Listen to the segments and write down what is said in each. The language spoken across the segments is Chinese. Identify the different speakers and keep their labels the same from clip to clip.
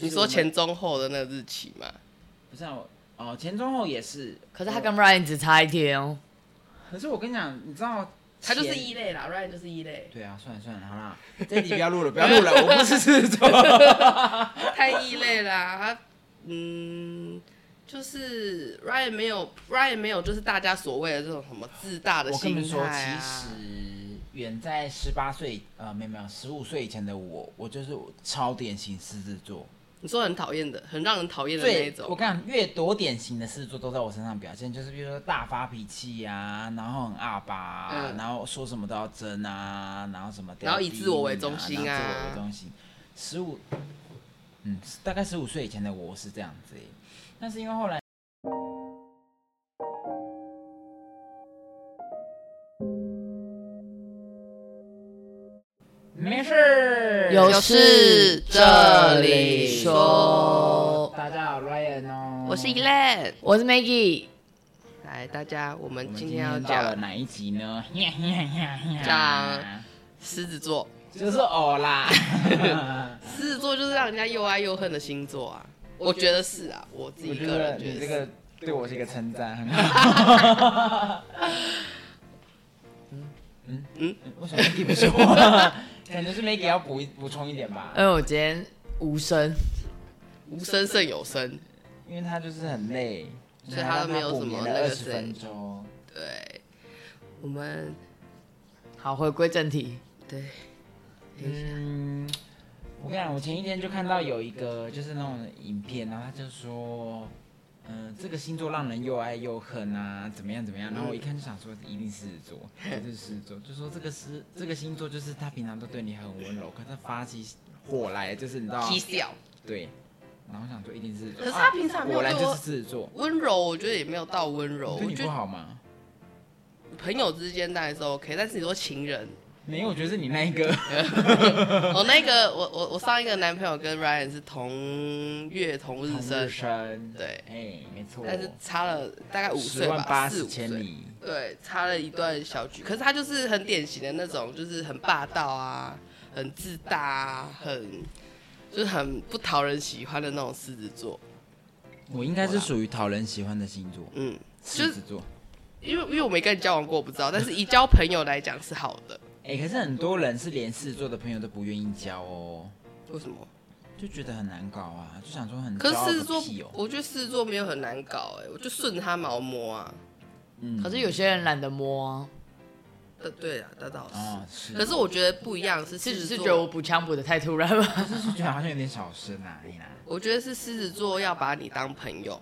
Speaker 1: 你
Speaker 2: 就是我
Speaker 1: 说
Speaker 2: 们
Speaker 1: 前中后的那个日期嘛？
Speaker 2: 不是啊，我哦，前中后也是。
Speaker 3: 可是他跟 Ryan 只差一天哦。
Speaker 2: 可是我跟你讲，你知道
Speaker 1: 他就是
Speaker 2: 前
Speaker 1: 异类啦，Ryan 就是异类，
Speaker 2: 对啊，算了算了，好啦，这集不要录了，不要录了，我不是狮子座。
Speaker 1: 太异类啦。他嗯，就是 Ryan 没有 Ryan 没有，就是大家所谓的这种什么自大的
Speaker 2: 我跟
Speaker 1: 心
Speaker 2: 你说，
Speaker 1: 态
Speaker 2: 其
Speaker 1: 啊。
Speaker 2: 实远在十八岁，呃，没有没有，十五岁以前的我，我就是超典型狮子座。
Speaker 1: 你说很讨厌的，很让人讨厌的那一
Speaker 2: 最
Speaker 1: 种。
Speaker 2: 我跟你讲，越多典型的狮子座都在我身上表现，就是比如说大发脾气啊，然后很阿巴、
Speaker 1: 嗯
Speaker 2: 然后说什么都要争啊，然后什么都
Speaker 1: 然
Speaker 2: 要
Speaker 1: 后以
Speaker 2: 第一
Speaker 1: 自我为
Speaker 2: 名
Speaker 1: 中心
Speaker 2: 然后
Speaker 1: 啊
Speaker 2: 自我为中心。十五，嗯，大概十五岁以前的我是这样子耶，但是因为后来。没事，
Speaker 3: 有
Speaker 1: 事这里
Speaker 3: 说
Speaker 2: 大家好，Ryan 哦，
Speaker 1: 我是 Elen，
Speaker 3: 我是 Maggie，
Speaker 1: 来大家，我
Speaker 2: 我
Speaker 1: 们
Speaker 2: 们
Speaker 1: 今
Speaker 2: 今
Speaker 1: 天
Speaker 2: 天
Speaker 1: 要
Speaker 2: 到了
Speaker 1: 讲
Speaker 2: 哪一集呢？
Speaker 1: 讲狮子座。
Speaker 2: 就是我啦。
Speaker 1: 狮子座就是让人家又爱又恨的星座啊，我觉得是啊，我自
Speaker 2: 我
Speaker 1: 己
Speaker 2: 觉
Speaker 1: 个
Speaker 2: 得
Speaker 1: 人觉
Speaker 2: 你
Speaker 1: 得
Speaker 2: 这
Speaker 1: 是。
Speaker 2: 个对我是一个称赞，很好。嗯嗯嗯，为什么 Maggie 不说话？感觉是 Maggie 要补一补充一点吧，
Speaker 3: 哎因为我今天无声，
Speaker 1: 无声胜有声，
Speaker 2: 因为他就是很累，
Speaker 1: 所以他都没有什么那
Speaker 2: 二
Speaker 1: 个
Speaker 2: 十
Speaker 1: 谁
Speaker 2: 分钟。
Speaker 1: 对，我们
Speaker 3: 好，回归正题，
Speaker 1: 对，
Speaker 2: 嗯，我跟你讲，我前一天就看到有一个就是那种影片，然后他就说，嗯、这个星座让人又爱又恨啊，怎么样怎么样。然后我一看就想说，一定是狮子座，就是狮子座，就说这个狮这个星座就是他平常都对你很温柔，可他发起火来就是你知道
Speaker 1: 讥笑。
Speaker 2: 对。然后我想说一定是，啊
Speaker 1: 可是他平常没有
Speaker 2: 果然
Speaker 1: 对
Speaker 2: 就
Speaker 1: 我
Speaker 2: 是狮子座，
Speaker 1: 温柔，我觉得也没有到温柔，
Speaker 2: 对
Speaker 1: 我
Speaker 2: 你
Speaker 1: 觉
Speaker 2: 不
Speaker 1: 得
Speaker 2: 好吗？
Speaker 1: 朋友之间当然是 OK，但是你说情人，
Speaker 2: 没有，我觉得是你那一个。
Speaker 1: 我那个我我我上一个男朋友跟 Ryan 是同月同日
Speaker 2: 同
Speaker 1: 生，
Speaker 2: 生，
Speaker 1: 对
Speaker 2: 哎、没错，
Speaker 1: 但是差了大概五 岁
Speaker 2: 十万
Speaker 1: 吧，
Speaker 2: 八
Speaker 1: 四
Speaker 2: 十
Speaker 1: 五
Speaker 2: 千
Speaker 1: 岁。
Speaker 2: 里。
Speaker 1: 对，差了一段小距，可是他就是很典型的那种，就是很霸道啊，很自大啊，很就是很不讨人喜欢的那种狮子座。
Speaker 2: 我应该是属于讨人喜欢的星座，
Speaker 1: 嗯，
Speaker 2: 狮子座。
Speaker 1: 因为因为我没跟你交往过，我不知道，但是以交朋友来讲是好的。
Speaker 2: 哎、可是很多人是连狮子座的朋友都不愿意交哦，
Speaker 1: 为什么？
Speaker 2: 就觉得很难搞啊，就想说很
Speaker 1: 可是
Speaker 2: 骄
Speaker 1: 狮子
Speaker 2: 傲
Speaker 1: 座
Speaker 2: 个屁哦，
Speaker 1: 我觉得狮子座没有很难搞、哎，我就顺他毛摸 啊。
Speaker 2: 嗯
Speaker 3: 可是有些人懒得摸啊，
Speaker 1: 呃，对啊，那倒是。
Speaker 2: 哦是，
Speaker 1: 可是我觉得不一样是
Speaker 3: 是
Speaker 1: 狮
Speaker 3: 只
Speaker 1: 子
Speaker 3: 是觉得我
Speaker 1: 座，
Speaker 3: 补枪补的太突然了。
Speaker 2: 就是觉得好像有点小声啊，你啦，
Speaker 1: 我觉得是狮子座要把你当朋友，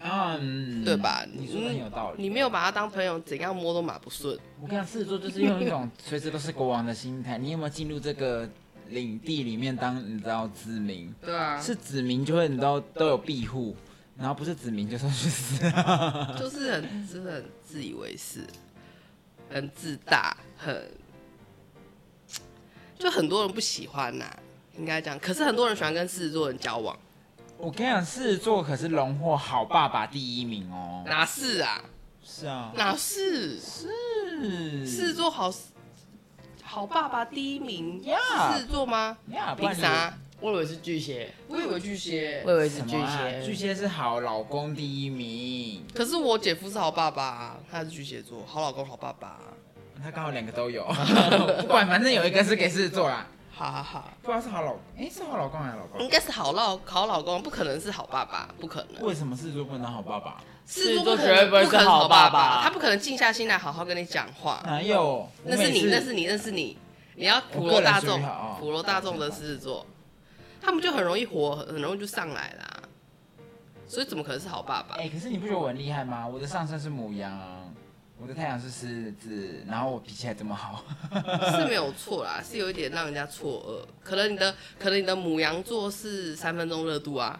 Speaker 2: 嗯，
Speaker 1: 对吧？
Speaker 2: 你说的很有道理。
Speaker 1: 你没有把他当朋友，怎样摸都抹不顺。
Speaker 2: 我跟你讲，狮子座就是用一种随时都是国王的心态。你有没有进入这个领地里面当你知道子民？
Speaker 1: 对啊
Speaker 2: 是子民就会你都都有庇护，然后不是子民就说去死。
Speaker 1: 就是很真的很自以为是，很自大，很就很多人不喜欢呐、应该这样。可是很多人喜欢跟狮子座人交往，
Speaker 2: 我跟你讲，狮子座可是荣获好爸爸第一名哦。
Speaker 1: 哪是啊？
Speaker 2: 是啊，
Speaker 1: 哪是？
Speaker 2: 是
Speaker 1: 狮子座好好爸爸第一名，
Speaker 2: 呀
Speaker 1: 是狮子座吗？
Speaker 2: 呀，啊不
Speaker 1: 凭
Speaker 2: 然你
Speaker 1: 啥？
Speaker 3: 我以为是巨蟹，
Speaker 1: 我以为巨蟹
Speaker 3: 我以为是
Speaker 2: 什
Speaker 3: 巨
Speaker 2: 么啊？
Speaker 3: 蟹，
Speaker 2: 巨蟹是好老公第一名，
Speaker 1: 可是我姐夫是好爸爸、啊，他是巨蟹座，好老公，好爸爸、啊，
Speaker 2: 他刚好两个都有， 不管反正有一个是给狮子座啦，
Speaker 1: 哈哈哈。
Speaker 2: 不知道是好老，哎，是好老公还是老
Speaker 1: 应
Speaker 2: 公？
Speaker 1: 该是好老好老公，不可能是好爸爸，不可能。
Speaker 2: 为什么狮子座不能当好爸爸？
Speaker 1: 狮
Speaker 3: 狮
Speaker 1: 子
Speaker 3: 子
Speaker 1: 座
Speaker 3: 座
Speaker 1: 不可
Speaker 3: 绝
Speaker 1: 能
Speaker 3: 对不会
Speaker 1: 不可能
Speaker 3: 是好
Speaker 1: 好爸
Speaker 3: 爸爸
Speaker 1: 他不可能静下心来好好跟你讲话。
Speaker 2: 哪啊有？
Speaker 1: 那是
Speaker 2: 我每
Speaker 1: 你，
Speaker 2: 次
Speaker 1: 那是你，那是你，你要
Speaker 2: 我
Speaker 1: 普罗
Speaker 2: 个人
Speaker 1: 大
Speaker 2: 属于
Speaker 1: 众
Speaker 2: 好，
Speaker 1: 普罗大众的狮子座，他们就很容易火，很容易就上来啦。所以怎么可能是好爸爸？
Speaker 2: 哎，可是你不觉得我很厉害吗？我的上身是母羊，我的太阳是狮子，然后我脾气还这么好，
Speaker 1: 是没有错啦，是有一点让人家错愕。可能你的，可能你的母羊座是三分钟热度啊，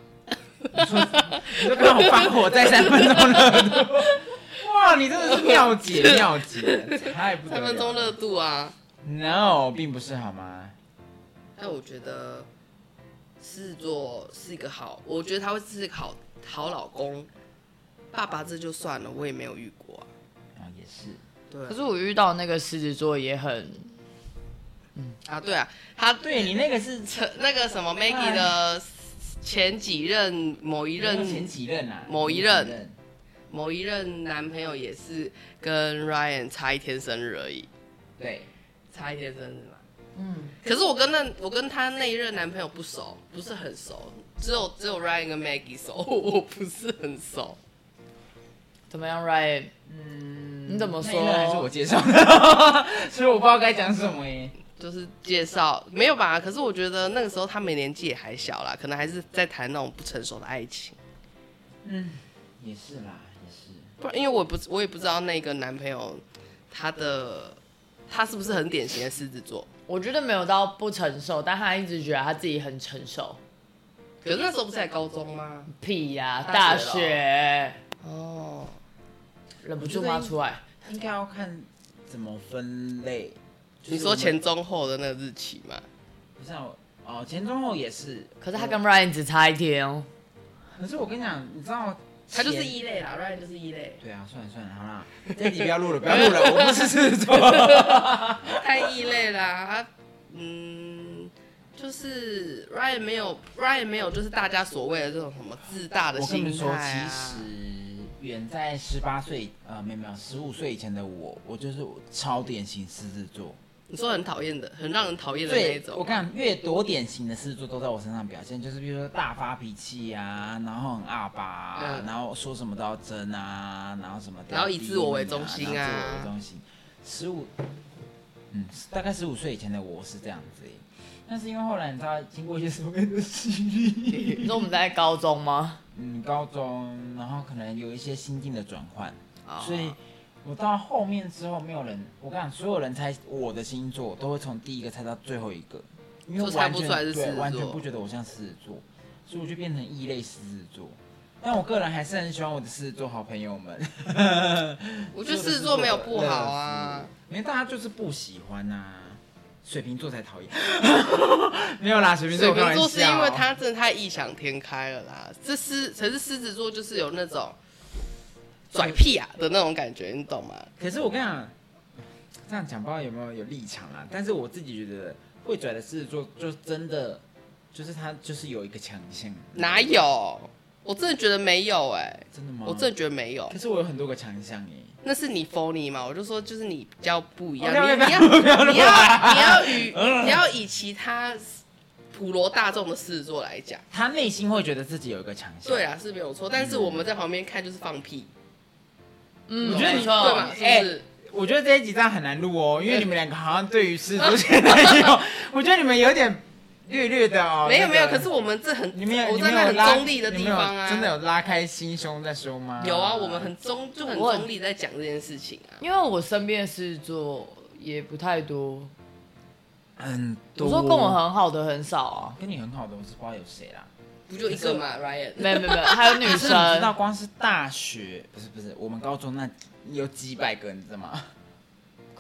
Speaker 2: 你就刚好放火在三分钟热度。 哇，你真的是妙姐妙姐，太不得
Speaker 1: 三
Speaker 2: 了
Speaker 1: 分钟热度啊。
Speaker 2: No，并不是好吗？
Speaker 1: 但我觉得狮子座是一个好，我觉得他会是一个好好老公。爸爸这就算了，我也没有遇过啊。
Speaker 2: 啊，也是。
Speaker 1: 对
Speaker 3: 可是我遇到那个狮子座也很，
Speaker 1: 啊，对啊，他
Speaker 2: 哎对你那个是
Speaker 1: 成那个什么 Maggie 的前几任某一任
Speaker 2: 前几任啊，
Speaker 1: 某一
Speaker 2: 前
Speaker 1: 任
Speaker 2: 几，
Speaker 1: 某一任男朋友也是跟 Ryan 差一天生日而已，
Speaker 2: 对，
Speaker 1: 差一天生日嘛。
Speaker 3: 嗯，
Speaker 1: 可是我跟那我跟他那一任男朋友不熟，不是很熟，只有只有 Ryan 跟 Maggie 熟， 我不是很熟。
Speaker 3: 怎么样，Ryan？
Speaker 2: 嗯，
Speaker 3: 你怎么
Speaker 2: 那一
Speaker 3: 说
Speaker 2: 任还是我介绍的， 所以我不知道该讲什么耶。
Speaker 1: 就是介绍没有吧？可是我觉得那个时候他们年纪也还小啦，可能还是在谈那种不成熟的爱情。
Speaker 2: 嗯，也是啦，也是，
Speaker 1: 不然，因为我不我也不知道那个男朋友他的他是不是很典型的狮子座。
Speaker 3: 我觉得没有到不成熟，但他一直觉得他自己很成熟。
Speaker 1: 可是那时候不是在高中吗？
Speaker 3: 屁呀、
Speaker 1: 大
Speaker 3: 大
Speaker 1: 学咯
Speaker 3: 学
Speaker 1: 哦，
Speaker 3: 忍不住骂出来。
Speaker 2: 应该要看怎么分类。就是
Speaker 1: 你说
Speaker 2: 我们
Speaker 1: 前中后的那个日期吗？
Speaker 2: 不是、啊、我哦，前中后也是，
Speaker 3: 可是他跟 Ryan 只差一天哦。
Speaker 2: 可是我跟你讲，你知道
Speaker 1: 他就是
Speaker 2: 前
Speaker 1: 一类啦，Ryan 就是一类，
Speaker 2: 对啊，算了算了，好啦， 这集不要录了，不要录 了，我不是狮子座。
Speaker 1: 太异类啦。他嗯，就是 Ryan 没有 Ryan 没有，就是大家所谓的这种什么自大的
Speaker 2: 我跟
Speaker 1: 心
Speaker 2: 你
Speaker 1: 态、
Speaker 2: 说，其
Speaker 1: 啊、
Speaker 2: 实远在十八岁，呃，没有没有，十五岁以前的我，我就是超典型狮子座。
Speaker 1: 你说很讨厌的，很让人讨厌的那一
Speaker 2: 最
Speaker 1: 种。
Speaker 2: 我看越多典型的狮子座都在我身上表现，就是比如说大发脾气啊，然后很阿巴、啊，
Speaker 1: 嗯
Speaker 2: 然后说什么都要争啊，然后什么都要
Speaker 1: 然后以
Speaker 2: 逼
Speaker 1: 自我为
Speaker 2: 你
Speaker 1: 中心啊
Speaker 2: 然后自我为中心。十五，嗯，大概十五岁以前的我是这样子耶，但是因为后来你知道经过一些什么样的洗礼，
Speaker 3: 你说我们在高中吗？
Speaker 2: 嗯，高中，然后可能有一些心境的转换，
Speaker 1: 哦
Speaker 2: 所以我到后面之后，没有人，我跟你讲，所有人猜我的星座都会从第一个猜到最后一个，因为
Speaker 1: 就
Speaker 2: 我
Speaker 1: 猜
Speaker 2: 完
Speaker 1: 不
Speaker 2: 全
Speaker 1: 出来是狮子
Speaker 2: 对
Speaker 1: 座
Speaker 2: 完全不觉得我像狮子座，所以我就变成异类狮子座。但我个人还是很喜欢我的狮子座好朋友们。
Speaker 1: 我觉得狮子座没有不好啊，
Speaker 2: 没大家就是不喜欢啊，水瓶座才讨厌。 没有啦，水瓶座我
Speaker 1: 水
Speaker 2: 开
Speaker 1: 瓶
Speaker 2: 玩
Speaker 1: 座是因为
Speaker 2: 笑啊
Speaker 1: 他真的太异想天开了啦。这狮，可是狮子座就是有那种拽屁啊的那种感觉，你懂吗？
Speaker 2: 可是我跟你讲，这样讲不知道有没有有立场啊？但是我自己觉得会拽的狮子座，就真的就是他就是有一个强项。
Speaker 1: 哪？有？我真的觉得没有哎、
Speaker 2: 真的吗？
Speaker 1: 我真的觉得没有
Speaker 2: 可。是我有很多个强项耶。
Speaker 1: 那是你 phony 嘛？我就说就是你比较不一样，
Speaker 2: 不要
Speaker 1: 你
Speaker 2: 哦不
Speaker 1: 你
Speaker 2: 要
Speaker 1: 要
Speaker 2: 不要
Speaker 1: 你要你要与 你要以其他普罗大众的狮子座来讲，
Speaker 2: 他内心会觉得自己有一个强项。
Speaker 1: 对，啊是没有错，但是我们在旁边看就是放屁，
Speaker 3: 嗯，
Speaker 2: 我觉得你
Speaker 3: 没
Speaker 1: 对
Speaker 3: 错
Speaker 1: 嘛？是不是？
Speaker 2: 我觉得这一集这样很难录哦，因为你们两个好像对于狮子座现在 有，我觉得你们有点略略的哦。
Speaker 1: 哎没有没有，
Speaker 2: 那个
Speaker 1: 可是我们这很，
Speaker 2: 你们有
Speaker 1: 我
Speaker 2: 你
Speaker 1: 站
Speaker 2: 们
Speaker 1: 在
Speaker 2: 有
Speaker 1: 很
Speaker 2: 拉
Speaker 1: 中立的地方
Speaker 2: 你们
Speaker 1: 啊，
Speaker 2: 有真的有拉开心胸再说吗？
Speaker 1: 有啊，我们很中就很
Speaker 3: 我很
Speaker 1: 中立在讲这件事情啊。
Speaker 3: 因为我身边的狮子座也不太多，
Speaker 2: 很多。
Speaker 3: 我说跟我很好的很少啊。
Speaker 2: 跟你很好的，我是不知道有谁啦。
Speaker 1: 不就一个嘛，Ryan。
Speaker 3: 没有没有没有，还有女
Speaker 2: 可是你知道，
Speaker 3: 生，
Speaker 2: 光是大学不是不是，我们高中那有几百个，你知道吗？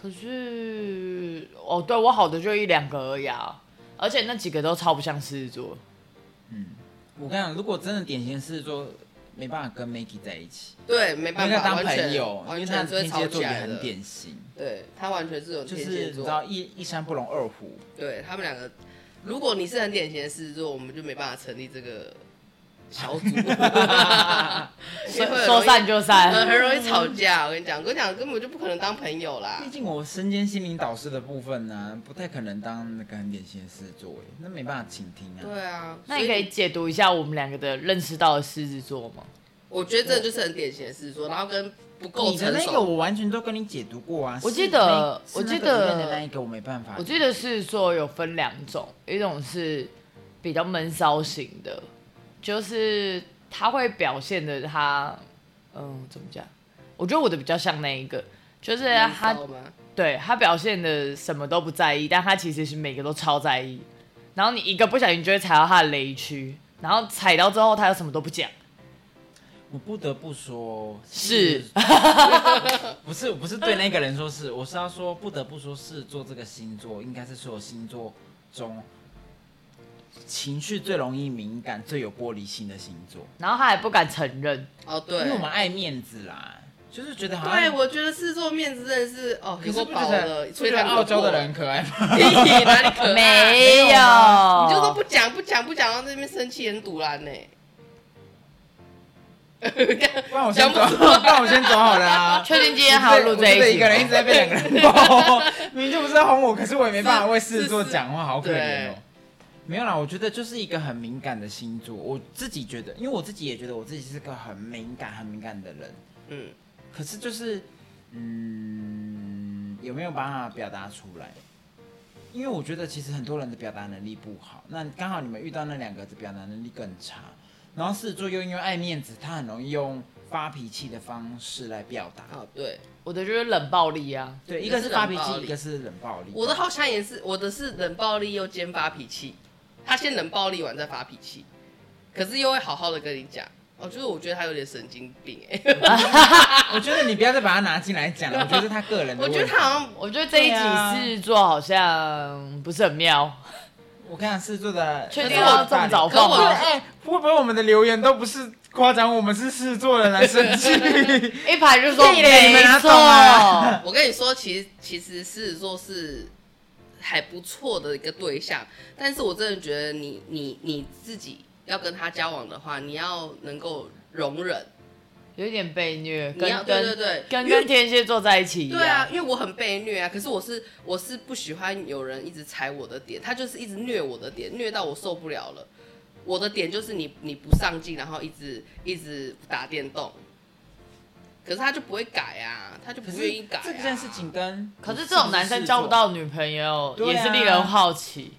Speaker 3: 可是哦，对我好的就一两个而已啊，而且那几个都超不像狮子座。
Speaker 2: 我跟你讲，如果真的典型是说没办法跟 Maggie 在一起，
Speaker 1: 对，
Speaker 2: 没
Speaker 1: 没办
Speaker 2: 办
Speaker 1: 法，
Speaker 2: 法当
Speaker 1: 完全
Speaker 2: 朋友，因为
Speaker 1: 完
Speaker 2: 他
Speaker 1: 全是
Speaker 2: 的
Speaker 1: 会
Speaker 2: 天
Speaker 1: 吵
Speaker 2: 蝎座
Speaker 1: 起
Speaker 2: 也
Speaker 1: 来
Speaker 2: 很
Speaker 1: 的。
Speaker 2: 典型，
Speaker 1: 对他完全是有
Speaker 2: 就
Speaker 1: 天
Speaker 2: 是
Speaker 1: 蝎
Speaker 2: 你知
Speaker 1: 座，
Speaker 2: 道一一山不容二 虎，
Speaker 1: 对他们两个，如果你是很典型的狮子座，我们就没办法成立这个小 组，因为会很
Speaker 3: 说
Speaker 1: 容
Speaker 3: 说
Speaker 1: 易
Speaker 3: 散就
Speaker 1: 很
Speaker 3: 散，
Speaker 1: 很容易吵架。我跟你讲，我跟你讲，根本就不可能当朋友啦
Speaker 2: 毕。竟我身兼心灵导师的部分呢、不太可能当那个很典型的狮子座，哎那没办法倾听啊。
Speaker 1: 对啊，
Speaker 3: 那你可
Speaker 1: 所
Speaker 3: 以解读一下我们两个的认识到的狮子座吗？
Speaker 1: 我觉得这就是很典型的狮子座，然后跟不够
Speaker 2: 你
Speaker 1: 成
Speaker 2: 的那个
Speaker 1: 熟。
Speaker 2: 我完全都跟你解读过啊，
Speaker 3: 我记
Speaker 2: 是那
Speaker 3: 得
Speaker 2: 是
Speaker 3: 我
Speaker 2: 那
Speaker 3: 记
Speaker 2: 个里
Speaker 3: 得
Speaker 2: 面的那一个我没办法，
Speaker 3: 我记得是说有分两种，一种是比较闷骚型的，就是他会表现的他，嗯，怎么讲？我觉得我的比较像那一个，就是
Speaker 2: 啊
Speaker 3: 他
Speaker 1: 你知道吗？
Speaker 3: 对他表现的什么都不在意，但他其实是每个都超在意。然后你一个不小心就会踩到他的雷区，然后踩到之后他又什么都不讲，
Speaker 2: 我不得不说，
Speaker 3: 是
Speaker 2: 不是我不是对那个人说是，我是要说不得不说，是做这个星座应该是所有星座中情绪最容易敏感、最有玻璃心的星座，
Speaker 3: 然后他还不敢承认。
Speaker 1: 哦，对
Speaker 2: 因为我，们爱面子啦。就是觉得好像
Speaker 1: 对，我觉得狮子座面子真的是哦，
Speaker 2: 可
Speaker 1: 给
Speaker 2: 是
Speaker 1: 我
Speaker 2: 不
Speaker 1: 饱
Speaker 2: 觉
Speaker 1: 了，
Speaker 2: 得
Speaker 1: 所
Speaker 2: 不
Speaker 1: 以
Speaker 2: 觉
Speaker 1: 他
Speaker 2: 得澳洲的 人可爱吗？
Speaker 1: 咦哪里可
Speaker 2: 哎
Speaker 1: 爱？
Speaker 3: 没有，
Speaker 1: 你
Speaker 3: 你
Speaker 1: 就说不讲不讲不讲，然后在那边生气很堵然呢。
Speaker 2: 不然我先走，
Speaker 1: 讲不
Speaker 2: 不然我先走好了啊。
Speaker 3: 确定今天还要录这
Speaker 2: 我自己
Speaker 3: 一
Speaker 2: 一
Speaker 3: 集
Speaker 2: 个人一直
Speaker 3: 吗？
Speaker 2: 在被两个人包， 明明就不是在哄我，可是我也没办法为狮子座讲话，好可怜
Speaker 1: 对
Speaker 2: 哦。没有啦，我觉得就是一个很敏感的星座，我自己觉得，因为我自己也觉得我自己是个很敏感、很敏感的人，
Speaker 1: 嗯，
Speaker 2: 可是就是，嗯，有没有办法表达出来？因为我觉得其实很多人的表达能力不好，那刚好你们遇到那两个的表达能力更差，然后狮子座又因为爱面子，他很容易用发脾气的方式来表达。
Speaker 1: 哦对，
Speaker 3: 我的就是冷暴力啊，
Speaker 2: 对，
Speaker 1: 一
Speaker 2: 一
Speaker 1: 个
Speaker 2: 个
Speaker 1: 是
Speaker 2: 是
Speaker 1: 发
Speaker 2: 发
Speaker 1: 脾
Speaker 2: 脾
Speaker 1: 气
Speaker 2: 气，
Speaker 1: 一
Speaker 2: 一
Speaker 1: 个
Speaker 2: 个是冷暴力。
Speaker 1: 我的好像也是，我的是冷暴力又兼发脾气，他先冷暴力完再发脾气，可是又会好好的跟你讲。哦，就是我觉得他有点神经病哎、
Speaker 2: 嗯我觉得你不要再把它拿进来讲了，我觉得是他个人的
Speaker 1: 我
Speaker 2: 问题。
Speaker 1: 觉得他好像
Speaker 3: 我觉得这一集
Speaker 2: 对啊
Speaker 3: 狮子座好像不是很妙，
Speaker 2: 我看狮子座的，
Speaker 3: 确
Speaker 1: 定要
Speaker 3: 这么早
Speaker 2: 可是我
Speaker 1: 放吗
Speaker 2: 对哎，会不会我们的留言都不是夸奖我们是狮子座的来生 气？
Speaker 3: 一排 就说
Speaker 2: 屁嘞你
Speaker 3: 没
Speaker 2: 们哪
Speaker 3: 错
Speaker 2: 懂啊，
Speaker 1: 我跟你说，其实其实狮子座是还不错的一个对象，但是我真的觉得你你你自己要跟他交往的话，你要能够容忍，
Speaker 3: 有一点被虐，
Speaker 1: 你要
Speaker 3: 跟
Speaker 1: 对对
Speaker 3: 跟
Speaker 1: 对，
Speaker 3: 跟
Speaker 1: 因为
Speaker 3: 跟天蝎座在一起一
Speaker 1: 对啊
Speaker 3: 样，，
Speaker 1: 因为我很被虐啊，可是我是我是不喜欢有人一直踩我的点，他就是一直虐我的点，虐到我受不了了。我的点就是你你不上进，然后一直一直打电动，可是他就不会改啊，他就
Speaker 2: 可
Speaker 1: 不愿
Speaker 2: 是
Speaker 1: 意改、啊。
Speaker 2: 这件事情跟
Speaker 3: 可是这种男生交不，到女朋友
Speaker 2: 对啊
Speaker 3: 也是令人好奇，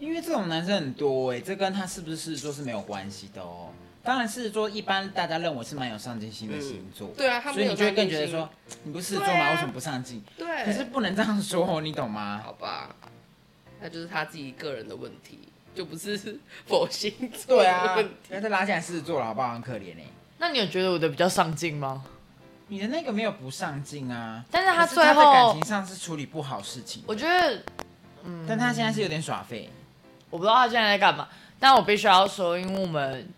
Speaker 2: 因为这种男生很多哎，这跟他是不是狮子座是没有关系的哦。当然，狮子座一般大家认为是蛮有上进心的星座，
Speaker 1: 对啊他们
Speaker 2: 所以你就会
Speaker 1: 有上进
Speaker 2: 更觉得
Speaker 1: 心
Speaker 2: 说你不是狮子座
Speaker 1: 对啊哎
Speaker 2: 吗？为什么不上进？
Speaker 1: 对，
Speaker 2: 可是不能这样说，哦你懂吗？
Speaker 1: 好吧，那就是他自己个人的问题，就不是 佛星座
Speaker 2: 对
Speaker 1: 的
Speaker 2: 啊
Speaker 1: 问题。，
Speaker 2: 不要再拉进来狮子座了，好不好？很可怜哎、
Speaker 3: 那你有觉得我的比较上进吗？
Speaker 2: 你的那个没有不上进啊，
Speaker 3: 但是他
Speaker 2: 可
Speaker 3: 最
Speaker 2: 在感
Speaker 3: 后
Speaker 2: 情，上是处理不好事情，
Speaker 3: 我觉得嗯
Speaker 2: 但他现在是有点耍废。
Speaker 3: 我不知道他现在在干嘛，但我必须要说，因为我们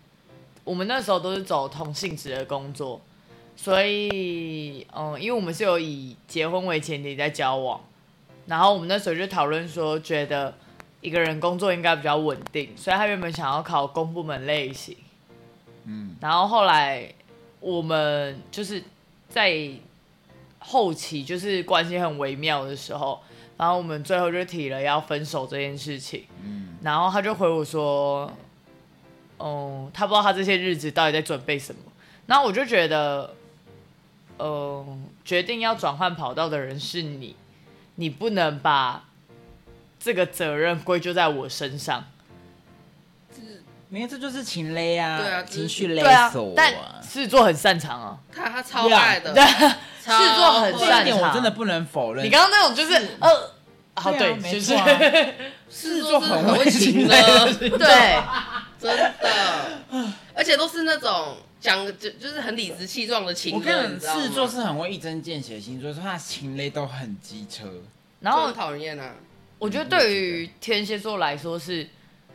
Speaker 3: 我们那时候都是走同性质的工作，所以嗯，因为我们是有以结婚为前提在交往，然后我们那时候就讨论说，觉得一个人工作应该比较稳定，所以他原本想要考公部门类型，
Speaker 2: 嗯，
Speaker 3: 然后后来我们就是在后期就是关系很微妙的时候，然后我们最后就提了要分手这件事情。
Speaker 2: 嗯，
Speaker 3: 然后他就回我说，哦，他不知道他这些日子到底在准备什么。然后我就觉得，呃，决定要转换跑道的人是你，你不能把这个责任归咎在我身上。
Speaker 2: 没有，这就是情勒啊，
Speaker 1: 对啊就是
Speaker 2: 情绪勒
Speaker 3: 对啊
Speaker 2: 索，
Speaker 3: 但狮子座很擅长啊，
Speaker 1: 他他超爱的， 狮
Speaker 3: 狮子座很
Speaker 2: 这一
Speaker 3: 擅
Speaker 2: 点
Speaker 3: 长
Speaker 2: 我真的不能否认。
Speaker 3: 你刚刚那种就是呃，好
Speaker 2: 对啊
Speaker 3: 对，就
Speaker 2: 没
Speaker 3: 是
Speaker 2: 错啊
Speaker 1: 狮
Speaker 2: 狮子
Speaker 1: 子
Speaker 2: 座
Speaker 1: 座
Speaker 2: 很
Speaker 1: 真的很
Speaker 2: 会
Speaker 1: 会情
Speaker 2: 情
Speaker 1: 勒
Speaker 2: 勒，
Speaker 3: 对，
Speaker 1: 真的，而且都是那种讲就就是很理直气壮的情
Speaker 2: 我跟
Speaker 1: 人，
Speaker 2: 你
Speaker 1: 你知道
Speaker 2: 讲，
Speaker 1: 吗
Speaker 2: 狮子座是很会一针见血的星座，所以他的情勒都很机车。
Speaker 3: 然
Speaker 1: 就
Speaker 3: 后
Speaker 1: 很讨人厌啊。
Speaker 2: 嗯
Speaker 3: 我觉得对于天蝎座来说是，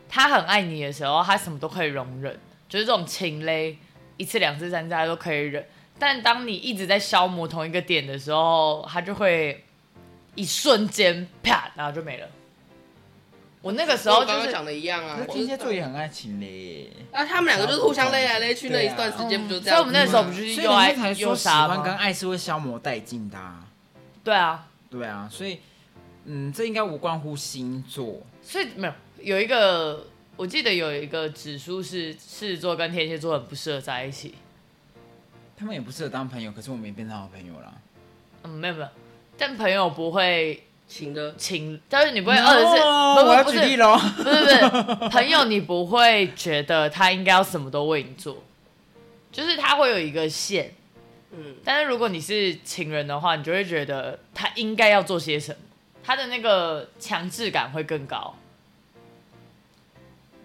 Speaker 3: 他很爱你的时候，他什么都可以容忍，就是这种情勒，一次、两次、三次他都可以忍。但当你一直在消磨同一个点的时候，他就会一瞬间啪，然后就没了。我那个时
Speaker 1: 跟我
Speaker 3: 候就
Speaker 1: 刚刚
Speaker 3: 是
Speaker 1: 讲的一样啊
Speaker 2: 可是，天蝎座也很爱情勒耶，
Speaker 1: 啊，他们两个就是互相勒来勒去那一段时间，不就这样？
Speaker 3: 所以我们那时候不就是
Speaker 2: 所以
Speaker 3: 又爱
Speaker 2: 人家才
Speaker 3: 又
Speaker 2: 说喜
Speaker 3: 杀
Speaker 2: 欢跟
Speaker 3: 吗？
Speaker 2: 爱是会消磨殆尽的、啊。
Speaker 3: 对啊，
Speaker 2: 对啊，所以嗯，这应该无关乎星座。
Speaker 3: 所以没有有一个，我记得有一个指数是狮子座跟天蝎座很不适合在一起。
Speaker 2: 他们也不适合当朋友，可是我们也变成好朋友了。
Speaker 3: 嗯，没有没有，但朋友不会
Speaker 1: 情的，
Speaker 3: 情，但是你不会
Speaker 2: No，
Speaker 3: 二十四，不
Speaker 2: 我要
Speaker 3: 不
Speaker 2: 举
Speaker 3: 是
Speaker 2: 例喽。
Speaker 3: 不是不是，朋友你不会觉得他应该要什么都为你做，就是他会有一个线。
Speaker 1: 嗯，
Speaker 3: 但是如果你是情人的话，你就会觉得他应该要做些什么，他的那个强制感会更高。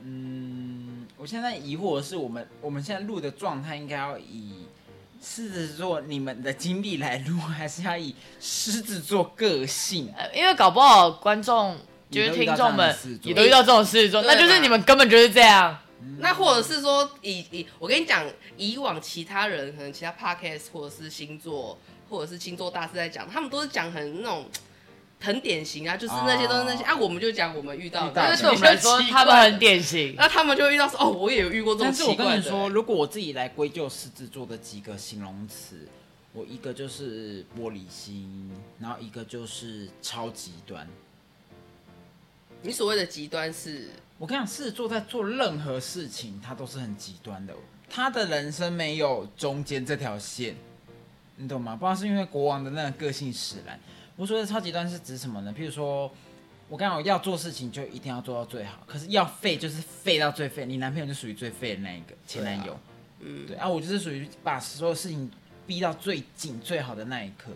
Speaker 2: 嗯， 我现在疑惑的是，我们我们现在录的状态应该要以狮子座你们的经历来录，还是要以狮子座个性？
Speaker 3: 呃，因为搞不好观众就是
Speaker 2: 也都遇
Speaker 3: 听
Speaker 2: 到这
Speaker 3: 众
Speaker 2: 样的
Speaker 3: 们
Speaker 2: 狮子座
Speaker 3: 也都遇到这种事，座，
Speaker 1: 对
Speaker 3: 那就是
Speaker 1: 嘛
Speaker 3: 你们根本就是这样。
Speaker 1: 那或者是说以以我跟你讲，以往其他人可能其他 podcast 或者是星座或者是星座大师在讲，他们都是讲很那种很典型啊，就是那些都是那些、
Speaker 2: 哦
Speaker 1: 啊，我们就讲我们遇到
Speaker 2: 遇
Speaker 1: 的，
Speaker 2: 到
Speaker 3: 因
Speaker 2: 的
Speaker 3: 为
Speaker 1: 比较
Speaker 3: 对我们来说，
Speaker 1: 奇怪
Speaker 3: 他们很典型。
Speaker 1: 那他们就会遇到说哦，我也有遇过这种
Speaker 2: 但是
Speaker 1: 奇
Speaker 2: 我
Speaker 1: 怪的。
Speaker 2: 跟你说，如果我自己来归咎狮子座的几个形容词，我一个就是玻璃心，然后一个就是超极端。
Speaker 1: 你所谓的极端是
Speaker 2: 我跟你讲，狮子座在做任何事情，他都是很极端的，他的人生没有中间这条线，你懂吗？不知道是因为国王的那个个性使然。我说的超极端是指什么呢？譬如说，我刚好要做事情就一定要做到最好，可是要废就是废到最废。你男朋友就属于最废的那一个前男友，嗯，对啊，我就是属于把所有事情逼到最紧最好的那一刻。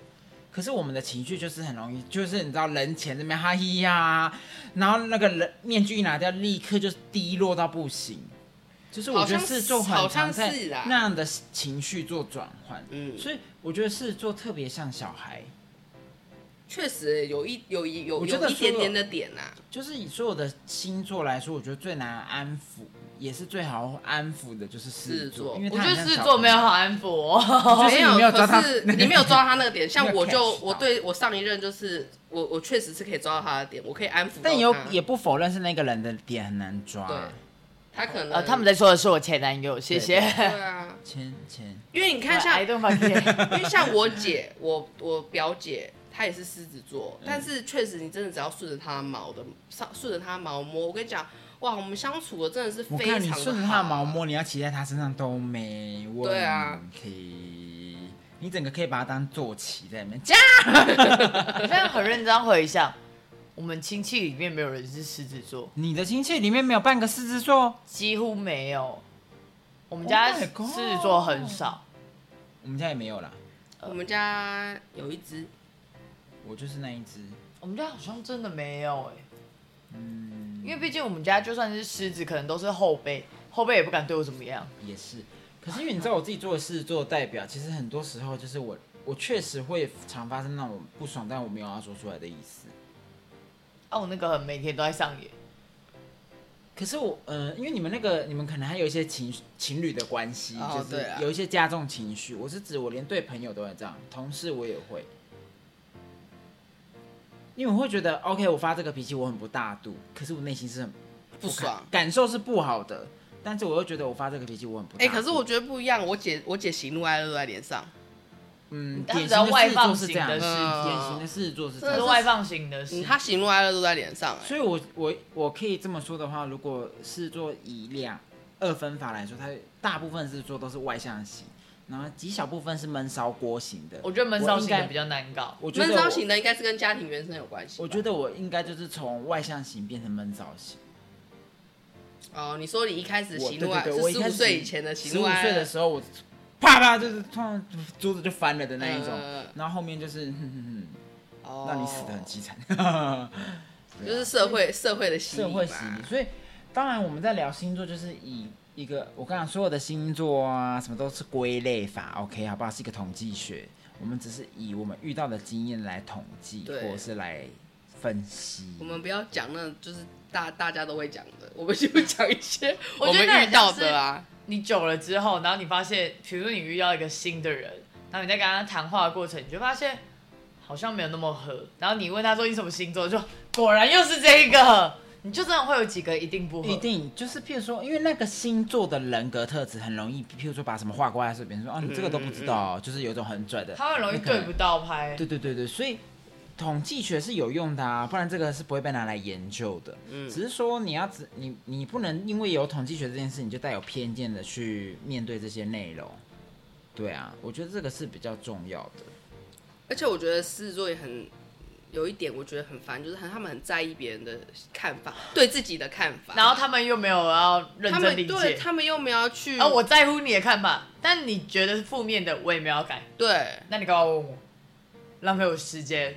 Speaker 2: 可是我们的情绪就是很容易，就是你知道人前那边哈嘿呀、然后那个人面具一拿掉，立刻就低落到不行。就是我觉得
Speaker 1: 好像
Speaker 2: 是做
Speaker 1: 好
Speaker 2: 很
Speaker 1: 像
Speaker 2: 常在
Speaker 1: 是啦
Speaker 2: 那样的情绪做转换，
Speaker 1: 嗯
Speaker 2: 所以我觉得狮子座特别像小孩，
Speaker 1: 确实欸有一有一有
Speaker 2: 我觉得
Speaker 1: 有一点
Speaker 2: 说
Speaker 1: 点的点啊呐、
Speaker 2: 就是以所有的星座来说，我觉得最难安抚，也是最好安抚的，就是狮子
Speaker 1: 狮子
Speaker 2: 座，
Speaker 1: 座
Speaker 2: 因为
Speaker 3: 我
Speaker 2: 他
Speaker 3: 觉
Speaker 2: 很
Speaker 3: 得
Speaker 2: 像
Speaker 3: 狮子
Speaker 2: 小
Speaker 3: 座没有
Speaker 2: 朋友
Speaker 3: 好安抚哦，
Speaker 2: 就是
Speaker 1: 没
Speaker 2: 你没有抓他
Speaker 1: 可是
Speaker 2: 那个
Speaker 1: 你没有抓他那 个点。像
Speaker 2: 没有
Speaker 1: 我就
Speaker 2: catch 到
Speaker 1: 我对我上一任就是我我确实是可以抓到他的点，我可以安抚到他。
Speaker 2: 但也有也不否认是那个人的点很难抓。
Speaker 1: 对，他可能、
Speaker 3: 呃，他们在说的是我前男友，谢谢。
Speaker 1: 对啊，
Speaker 2: 前前
Speaker 1: 因为你看
Speaker 2: 啊
Speaker 1: 像
Speaker 3: I don't fucking
Speaker 1: 因为像我姐，我我表姐，她也是狮子座，
Speaker 2: 嗯
Speaker 1: 但是确实你真的只要顺着她的毛的上，顺着她的毛摸，我跟你讲，哇，我们相处的真的是
Speaker 2: 我
Speaker 1: 非常
Speaker 2: 看
Speaker 1: 的
Speaker 2: 你
Speaker 1: 好啊
Speaker 2: 顺着他的毛，摸，你要骑在他身上都没问题。
Speaker 1: 对啊
Speaker 2: 你整个可以把它当坐骑在里面，加
Speaker 3: 我现在很认真回想，我们亲戚里面没有人是狮子座，
Speaker 2: 你的亲戚里面没有半个狮子座。哦
Speaker 3: 几乎没有。我们家
Speaker 2: Oh
Speaker 3: 狮
Speaker 2: my god
Speaker 3: 子座很少，
Speaker 2: 我们家也没有啦，
Speaker 1: 我们家有一只，
Speaker 2: 我就是那一只。
Speaker 3: 我们家好像真的没有哎、嗯，因为毕竟我们家就算是狮子，可能都是后辈，后辈也不敢对我怎么样。
Speaker 2: 也是。可是因为你知道我自己做的事做的代表，其实很多时候就是我，我确实会常发生那种不爽，但我没有要说出来的意思。
Speaker 3: 啊，我那个每天都在上演，
Speaker 2: 可是我，呃，因为你们那个，你们可能还有一些情情侣的关系，
Speaker 1: 哦
Speaker 2: 就
Speaker 1: 对
Speaker 2: 是
Speaker 1: 啊
Speaker 2: 有一些加重情绪。我是指我连对朋友都会这样，同事我也会，因为我会觉得，OK，我发这个脾气我很不大度，可是我内心是很
Speaker 1: 不
Speaker 2: 开
Speaker 1: 爽。
Speaker 2: 感受是不好的，但是我又觉得我发这个脾气我很不大
Speaker 1: 哎、
Speaker 2: 度。
Speaker 1: 可是我觉得不一样，我姐我姐喜怒哀乐都在脸上，
Speaker 2: 嗯，
Speaker 3: 他
Speaker 2: 典型
Speaker 3: 比较
Speaker 2: 的
Speaker 3: 外
Speaker 2: 狮子
Speaker 3: 放
Speaker 2: 座是这
Speaker 3: 型
Speaker 2: 样，
Speaker 3: 的
Speaker 2: 嗯
Speaker 1: 狮子
Speaker 2: 典型的狮子座是这
Speaker 3: 这
Speaker 1: 真
Speaker 3: 是
Speaker 1: 的
Speaker 2: 样。
Speaker 3: 外放型的事
Speaker 1: 嗯，。她喜怒哀乐都在脸上、哎，
Speaker 2: 所以我我我可以这么说的话，如果是做以两二分法来说，它大部分是做都是外向型，然后极小部分是闷烧锅型的。
Speaker 3: 我觉得闷骚型的比
Speaker 2: 较，
Speaker 3: 较难搞。
Speaker 2: 我觉
Speaker 1: 闷
Speaker 2: 得
Speaker 1: 骚
Speaker 2: 我
Speaker 1: 型的应该是跟家庭原生有关系吧。
Speaker 2: 我觉得我应该就是从外向型变成闷骚型。
Speaker 1: 哦，你说你一开始
Speaker 2: 我
Speaker 1: 喜
Speaker 2: 对对
Speaker 1: 怒哀
Speaker 2: 对，
Speaker 1: 是
Speaker 2: 我一
Speaker 1: 十
Speaker 2: 开
Speaker 1: 五
Speaker 2: 始
Speaker 1: 岁以前的喜
Speaker 2: 十
Speaker 1: 怒
Speaker 2: 五
Speaker 1: 哀
Speaker 2: 岁的啊
Speaker 1: 乐，
Speaker 2: 时候，我啪啪就是突然 桌子就翻了的那一种，
Speaker 1: 嗯
Speaker 2: 然后后面就是哼哼
Speaker 1: 哦
Speaker 2: 哼，让你死的很凄惨。
Speaker 3: 啊
Speaker 1: 就是社会社会的洗礼
Speaker 2: 社会洗
Speaker 1: 吧
Speaker 2: 礼。所以，当然我们在聊星座，就是以一个我刚刚所有的星座啊，什么都是归类法，OK，好不好？是一个统计学，我们只是以我们遇到的经验来统计，或
Speaker 1: 对
Speaker 2: 者是来分析。
Speaker 1: 我们不要讲那，就是大大家都会讲的，我们就讲一些
Speaker 3: 我
Speaker 1: 我
Speaker 3: 觉
Speaker 1: 们
Speaker 3: 得那
Speaker 1: 遇
Speaker 3: 很像
Speaker 1: 到的啊。
Speaker 3: 你久了之后，然后你发现，比如说你遇到一个新的人，然后你在跟他谈话的过程，你就发现好像没有那么合。然后你问他说你什么星座，就果然又是这一个，你就真的会有几个一定不合。
Speaker 2: 一定就是，譬如说，因为那个星座的人格特质很容易，譬如说把什么话挂在嘴边，说哦，你这个都不知道哦，就是有一种很拽的，
Speaker 3: 嗯他很容易
Speaker 2: 你可能
Speaker 3: 对不到拍。
Speaker 2: 对对对对，所以统计学是有用的啊，不然这个是不会被拿来研究的。嗯，只是说你要只你你不能因为有统计学这件事，你就带有偏见的去面对这些内容。对啊，我觉得这个是比较重要的。
Speaker 1: 而且我觉得狮子座也很有一点，我觉得很烦，就是很他们很在意别人的看法，对自己的看法。
Speaker 3: 然后他们又没有要认
Speaker 1: 他
Speaker 3: 真
Speaker 1: 们
Speaker 3: 理
Speaker 1: 对
Speaker 3: 解。
Speaker 1: 他们又没有要去，
Speaker 3: 啊，我在乎你的看法，但你觉得是负面的，我也没有要改。
Speaker 1: 对
Speaker 3: 那你干嘛问我？浪费我时间。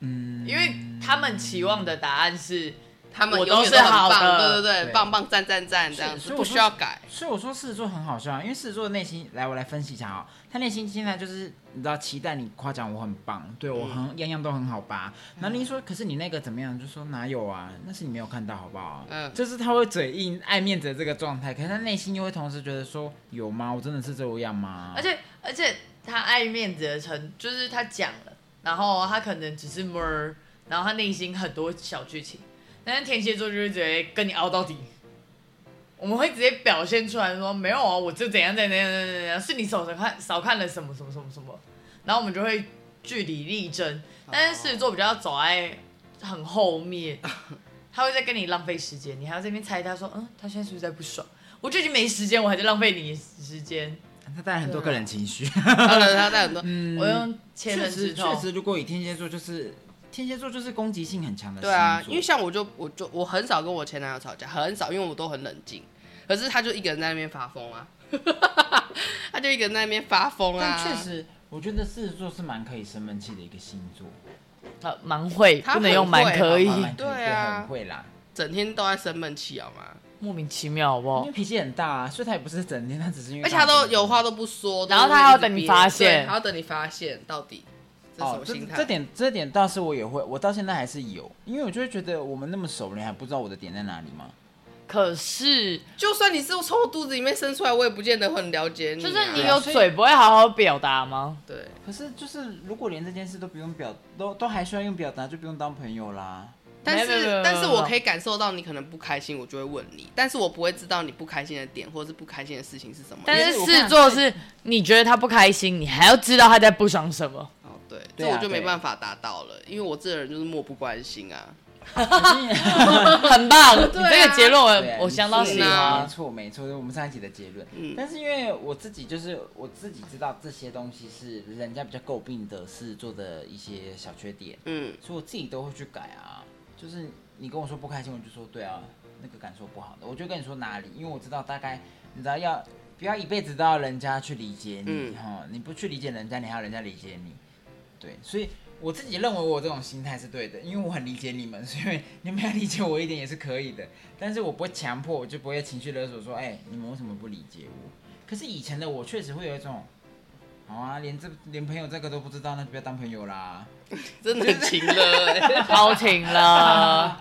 Speaker 3: 嗯，因为他们期望的答案是，
Speaker 1: 他们
Speaker 3: 我
Speaker 1: 永
Speaker 3: 都
Speaker 1: 远
Speaker 3: 是
Speaker 1: 很
Speaker 3: 好
Speaker 1: 棒，对
Speaker 3: 的
Speaker 1: 对
Speaker 2: 对
Speaker 1: 对，棒棒赞赞赞这样
Speaker 2: 所
Speaker 1: 子，
Speaker 2: 以
Speaker 1: 不
Speaker 2: 我
Speaker 1: 需
Speaker 2: 说
Speaker 1: 要改。
Speaker 2: 所以我说狮子座很好笑啊，因为狮子座的内心，来我来分析一下哦，他内心现在就是你知道期待你夸奖我很棒，对我很、样样都很好吧？然后你一说，可是你那个怎么样？就说哪有啊，那是你没有看到好不好？
Speaker 1: 嗯
Speaker 2: 就是他会嘴硬爱面子的这个状态，可是他内心又会同时觉得说有吗？我真的是这样吗
Speaker 3: 而？且而且他爱面子的程，就是他讲了，然后他可能只是闷儿，然后他内心很多小剧情，但是天蝎座就是直接跟你凹到底。我们会直接表现出来说没有啊，我就怎样怎样怎样怎样怎样，是你少看少看了什么什么什么什么，然后我们就会据理力争。但是狮子座比较走在很后面，他会在跟你浪费时间，你还要这边猜他说嗯，他现在是不是在不爽？我就已经没时间，我还在浪费你时间。
Speaker 2: 他带了很多个人情绪。
Speaker 1: 当然，他带很多，
Speaker 3: 我用千
Speaker 2: 确
Speaker 3: 人
Speaker 2: 实，
Speaker 3: 指
Speaker 2: 确
Speaker 3: 头，
Speaker 2: 实，如果以天蝎座就是天蝎座就是攻击性很强的星
Speaker 1: 对
Speaker 2: 座，
Speaker 1: 啊，因为像我就我就我很少跟我前男友吵架，很少，因为我都很冷静。可是他就一个人在那边发疯啊， 他就一个人在那边发疯啊。
Speaker 2: 但确，实，我觉得狮子座是蛮可以生闷气的一个星座。
Speaker 3: 呃，蛮会，
Speaker 1: 他
Speaker 3: 不能用
Speaker 1: 很会
Speaker 3: 蛮可以
Speaker 1: 好，
Speaker 2: 慢慢
Speaker 1: 对
Speaker 2: 可以
Speaker 1: 啊
Speaker 2: 很会啦，
Speaker 1: 整天都在生闷气，好吗？
Speaker 3: 莫名其妙，好不
Speaker 2: 因
Speaker 3: 好
Speaker 2: 为？脾气很大、啊，所以他也不是整天，他只是因为
Speaker 1: 而且他都有话都不说，
Speaker 3: 然后
Speaker 1: 都是
Speaker 3: 他还要
Speaker 1: 一直
Speaker 3: 等你
Speaker 1: 憋
Speaker 3: 发现
Speaker 1: 对还要等你发现到底这是什
Speaker 2: 哦
Speaker 1: 么，
Speaker 2: 这
Speaker 1: 心态？
Speaker 2: 这点这点倒是我也会，我到现在还是有，因为我就会觉得我们那么熟了，你还不知道我的点在哪里吗？
Speaker 3: 可是，
Speaker 1: 就算你是从我肚子里面生出来，我也不见得很了解你啊、
Speaker 3: 就是
Speaker 2: 对
Speaker 3: 你
Speaker 2: 啊
Speaker 3: 有
Speaker 2: 所以
Speaker 3: 嘴不会好好表达吗？
Speaker 1: 对，
Speaker 2: 可是就是如果连这件事都不用表，都都还需要用表达，就不用当朋友啦。
Speaker 1: 但
Speaker 3: 没有没有没
Speaker 1: 是
Speaker 3: 有
Speaker 1: 但是我可以感受到你可能不开心，我就会问你，但是我不会知道你不开心的点或者是不开心的事情是什么。
Speaker 3: 但
Speaker 2: 也
Speaker 3: 是
Speaker 2: 是我
Speaker 3: 狮
Speaker 2: 看
Speaker 3: 子座是，你觉得他不开心，你还要知道他在不爽什么。
Speaker 1: 哦，对，
Speaker 2: 对
Speaker 1: 这
Speaker 2: 啊
Speaker 1: 我就没
Speaker 2: 对
Speaker 1: 办法达到了，因为我这个人就是漠不关心啊。
Speaker 3: 很棒，你
Speaker 1: 啊
Speaker 3: 这个结论
Speaker 2: 对啊
Speaker 3: 呃我我相当
Speaker 1: 是
Speaker 3: 喜
Speaker 1: 啊
Speaker 2: 没
Speaker 3: 欢。
Speaker 2: 错没错，我们上一集的结论。
Speaker 1: 嗯
Speaker 2: 但是因为我自己就是我自己知道这些东西是人家比较诟病的狮子座的一些小缺点，
Speaker 1: 嗯，
Speaker 2: 所以我自己都会去改啊。就是你跟我说不开心，我就说对啊，那个感受不好的，我就跟你说哪里，因为我知道大概，你知道要不要一辈子都要人家去理解你
Speaker 1: 嗯
Speaker 2: 哈、你不去理解人家，你还要人家理解你，对，所以。我自己认为我这种心态是对的，因为我很理解你们， 所以你们要理解我一点也是可以的。但是我不会强迫，我就不会情绪勒索说，哎、你们为什么不理解我？可是以前的我确实会有一种，好啊，连这连朋友这个都不知道，那就不要当朋友啦。
Speaker 1: 真的很勤了、欸。
Speaker 3: 好挺了，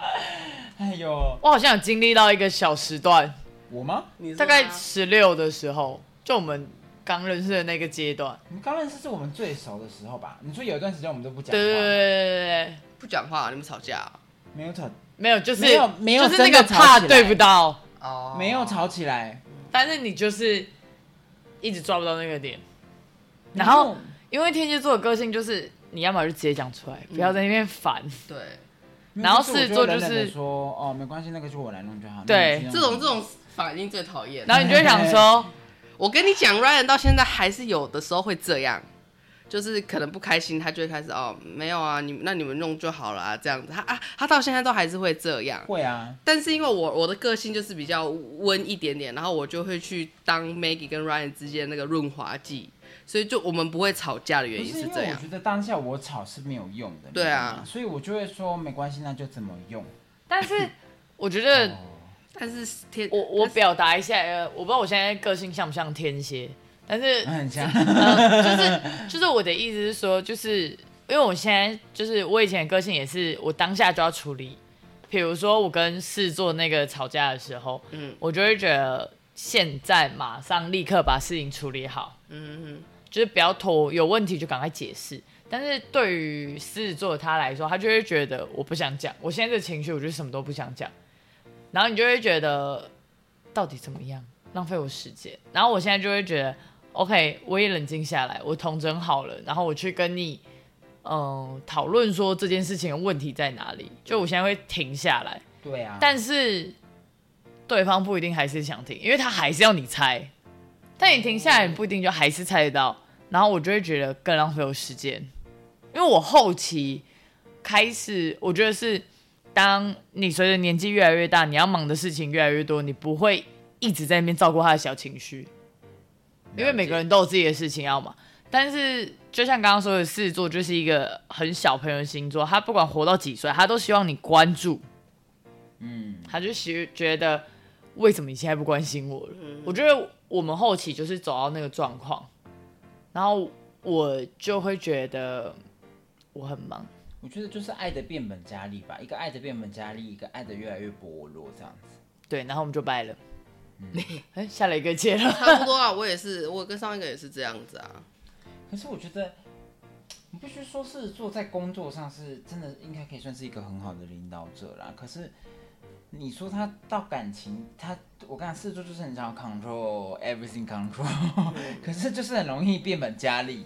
Speaker 2: 哎呦，
Speaker 3: 我好像有经历到一个小时段，
Speaker 2: 我吗？
Speaker 1: 你说
Speaker 3: 大概
Speaker 1: 吗
Speaker 3: 十六的时候，就我们刚认识的那个阶段。
Speaker 2: 你刚认识是我们最熟的时候吧？你说有一段时间我们都不讲话，
Speaker 3: 对对对对对。
Speaker 1: 不讲话，你们吵架啊
Speaker 2: 没有吵，
Speaker 3: 没有，就是
Speaker 2: 没有没有
Speaker 3: 就是那
Speaker 2: 真
Speaker 3: 个
Speaker 2: 的吵
Speaker 3: 怕
Speaker 2: 起来
Speaker 3: 对不到，
Speaker 1: 哦
Speaker 2: 没有吵起来。
Speaker 3: 但是你就是一直抓不到那个点。然后，因为天蝎座的个性就是，你要么就直接讲出来，不要在那边烦。
Speaker 1: 对，
Speaker 2: 没有
Speaker 3: 然后
Speaker 2: 就是我
Speaker 3: 狮子座
Speaker 2: 会冷冷地
Speaker 3: 就是
Speaker 2: 说哦，没关系，那个就我来弄就好。
Speaker 3: 对
Speaker 2: 那你去弄
Speaker 1: 这种这种反应最讨厌。
Speaker 3: 然后你就会想说，
Speaker 1: 我跟你讲，Ryan 到现在还是有的时候会这样，就是可能不开心，他就会开始哦，没有啊，你那你们弄就好了、啊，这样子。他啊，他到现在都还是会这样。
Speaker 2: 会啊，
Speaker 1: 但是因为我我的个性就是比较温一点点，然后我就会去当 Maggie 跟 Ryan 之间那个润滑剂，所以就我们不会吵架的原
Speaker 2: 不
Speaker 1: 因
Speaker 2: 是因
Speaker 1: 这
Speaker 2: 为我
Speaker 1: 样。
Speaker 2: 觉得当下我吵是没有用的，
Speaker 1: 对啊
Speaker 2: 你懂吗所以我就会说没关系，那就怎么用。
Speaker 3: 但是我觉得
Speaker 1: 但是天，
Speaker 3: 我我表达一下，呃，我不知道我现在个性像不像天蝎，但是
Speaker 2: 很像，
Speaker 3: 呃，就是就是我的意思是说，就是因为我现在就是我以前的个性也是，我当下就要处理。比如说我跟事做那个吵架的时候，嗯
Speaker 1: 嗯，
Speaker 3: 我就会觉得现在马上立刻把事情处理好，
Speaker 1: 嗯嗯
Speaker 3: 就是不要拖，有问题就赶快解释。但是对于狮子座的他来说，他就会觉得我不想讲，我现在这情绪，我就什么都不想讲。然后你就会觉得到底怎么样，浪费我时间。然后我现在就会觉得，OK，我也冷静下来，我统整好了，然后我去跟你嗯讨论说这件事情的问题在哪里。就我现在会停下来，
Speaker 2: 对啊，
Speaker 3: 但是对方不一定还是想听，因为他还是要你猜。但你停下来，你不一定就还是猜得到。然后我就会觉得更浪费我时间，因为我后期开始，我觉得是当你随着年纪越来越大，你要忙的事情越来越多，你不会一直在那边照顾他的小情绪，因为每个人都有自己的事情要忙。但是就像刚刚说的，狮子座就是一个很小朋友的星座，他不管活到几岁，他都希望你关注。
Speaker 2: 嗯，
Speaker 3: 他就觉觉得为什么你现在不关心我了？我觉得我们后期就是走到那个状况，然后我就会觉得我很忙，
Speaker 2: 我觉得就是爱的变本加厉吧，一个爱的变本加厉，一个爱的越来越薄弱这样子。
Speaker 3: 对，然后我们就掰了。 哎、下了一个结了，
Speaker 1: 差不多啊，我也是，我跟上一个也是这样子啊。
Speaker 2: 可是我觉得，你必须说狮子座在工作上是真的应该可以算是一个很好的领导者啦。可是你说他到感情，他我刚才狮子座就是很想要 control everything control，可 是就是很容易变本加厉。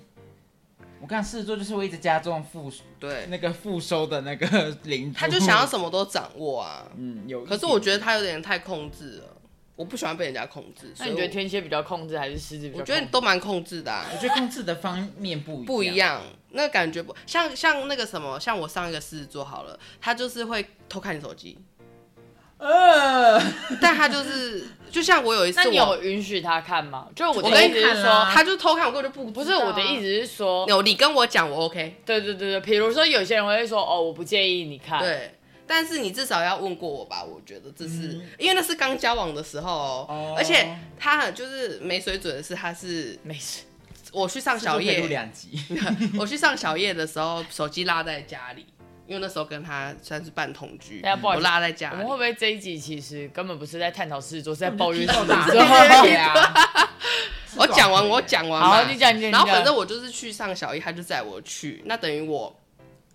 Speaker 2: 我刚才狮子座就是会一直加重负
Speaker 1: 对，
Speaker 2: 那个负收的那个 零，
Speaker 1: 他就想要什么都掌握 啊。
Speaker 2: 嗯有一点。
Speaker 1: 可是我觉得他有点太控制了，我不喜欢被人家控制。
Speaker 3: 那
Speaker 1: 所以
Speaker 3: 你觉
Speaker 1: 我
Speaker 3: 得天蝎比较控制还是狮子比
Speaker 1: 我
Speaker 3: 较控制？
Speaker 1: 觉得你都蛮控制的、啊，
Speaker 2: 我觉得控制的方面不一
Speaker 1: 不一。样。那感觉不像像那个什么，像我上一个狮子座好了，他就是会偷看你手机，
Speaker 2: 呃，
Speaker 1: 但他就是就像我有一次
Speaker 3: 那
Speaker 1: 我，
Speaker 3: 你有允许他看吗？就是我
Speaker 1: 我
Speaker 3: 的
Speaker 1: 跟
Speaker 3: 意
Speaker 1: 你
Speaker 3: 思是
Speaker 2: 看
Speaker 3: 说，
Speaker 2: 啦
Speaker 1: 他就偷看，我根本就不
Speaker 3: 不
Speaker 1: 知
Speaker 3: 是
Speaker 1: 道啊
Speaker 3: 我的意思，是说，
Speaker 1: 有你跟我讲我 OK，
Speaker 3: 对对对对，比如说有些人会说，哦，我不介意你看，
Speaker 1: 对。但是你至少要问过我吧，我觉得这是、
Speaker 3: 嗯
Speaker 1: 因为那是刚交往的时候哦，
Speaker 2: 哦
Speaker 1: 而且他很就是没水准的是，他是
Speaker 3: 没事，
Speaker 1: 我去上
Speaker 2: 这
Speaker 1: 小
Speaker 2: 就可以录
Speaker 1: 夜，
Speaker 2: 两集，
Speaker 1: 我去上小夜的时候，手机落在家里，因为那时候跟他算是半同居，
Speaker 3: 大家不好
Speaker 1: 我
Speaker 3: 意思
Speaker 1: 落在家
Speaker 3: 我
Speaker 1: 里，
Speaker 3: 们会不会这一集其实根本不是在探讨狮子座，是在抱怨狮
Speaker 2: 到
Speaker 3: 子
Speaker 2: 打
Speaker 3: 座？
Speaker 2: 对啊。
Speaker 1: 我讲完，我讲完嘛。
Speaker 3: 好，你讲你讲，
Speaker 1: 然后
Speaker 3: 你讲
Speaker 1: 反正我就是去上小夜，他就载我去，那等于我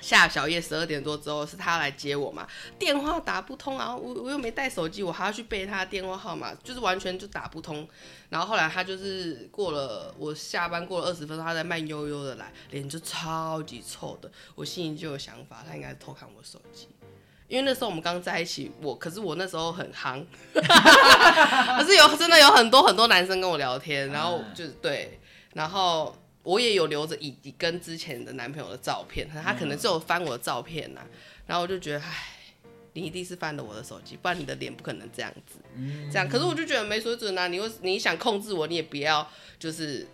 Speaker 1: 下小夜十二点多之后是他来接我嘛，电话打不通，然后我我又没带手机，我还要去背他的电话号码，就是完全就打不通。然后后来他就是过了我下班过了二十分钟，他再慢悠悠的来，脸就超级臭的，我心里就有想法，他应该是偷看我手机。因为那时候我们刚在一起，我可是我那时候很夯， 可是有真的有很多很多男生跟我聊天，然后就是对，然后我也有留着以以跟之前的男朋友的照片，他可能只有翻我的照片呐、啊然后我就觉得，唉，你一定是翻了我的手机，不然你的脸不可能这样子，这样。可是我就觉得没水准啊！你为你想控制我，你也不要就是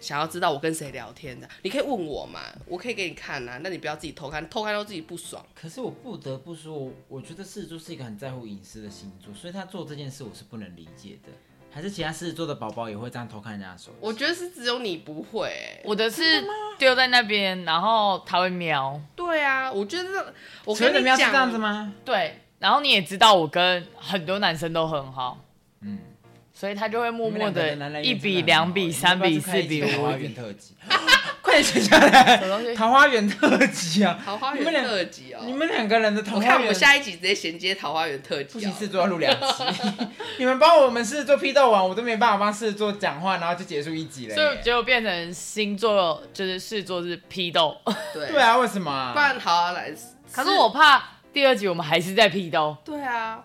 Speaker 1: 想要知道我跟谁聊天的，你可以问我嘛，我可以给你看啊，那你不要自己偷看，偷看到自己不爽。
Speaker 2: 可是我不得不说，我我觉得狮子座是一个很在乎隐私的星座，所以他做这件事我是不能理解的。还是其他狮子座的宝宝也会这样偷看人家的手机？
Speaker 1: 我觉得是只有你不会、欸
Speaker 3: 我的是丢在那边，然后他会瞄，
Speaker 1: 对啊，我觉得这我
Speaker 2: 所以
Speaker 1: 跟
Speaker 2: 你们
Speaker 1: 你
Speaker 2: 要
Speaker 1: 讲，
Speaker 2: 是这样子吗？
Speaker 3: 对，然后你也知道我跟很多男生都很好，
Speaker 2: 嗯，
Speaker 3: 所以他就会默默
Speaker 2: 你们两个
Speaker 3: 的
Speaker 2: 人男男
Speaker 3: 一
Speaker 2: 缘真的
Speaker 3: 比、
Speaker 2: 很
Speaker 3: 两
Speaker 2: 好
Speaker 3: 比、
Speaker 2: 你们
Speaker 3: 三
Speaker 2: 要不要
Speaker 3: 比、
Speaker 2: 去开
Speaker 3: 四
Speaker 2: 一集
Speaker 3: 比、
Speaker 2: 桃
Speaker 3: 五
Speaker 2: 花源
Speaker 3: 比，
Speaker 2: 特辑， 快点写下来！
Speaker 3: 什么东西
Speaker 2: 桃花源特辑啊！
Speaker 1: 桃花
Speaker 2: 你
Speaker 1: 源
Speaker 2: 们两
Speaker 1: 特辑哦、
Speaker 2: 你们两个人的桃
Speaker 1: 我
Speaker 2: 花源，
Speaker 1: 看我们下一集直接衔接桃花源特
Speaker 2: 不
Speaker 1: 辑、
Speaker 2: 行，
Speaker 1: 啊。
Speaker 2: 狮子座要录两集。 你们帮我们狮子座批斗完，我都没办法帮狮子座讲话，然后就结束一集了
Speaker 3: 所以
Speaker 2: 耶。
Speaker 3: 结果变成星座就是视作是批斗，
Speaker 1: 对
Speaker 2: 对啊，为什么
Speaker 1: 不
Speaker 2: 啊？
Speaker 1: 然好啊，来。
Speaker 3: 可是我怕第二集我们还是在批斗，
Speaker 1: 对啊，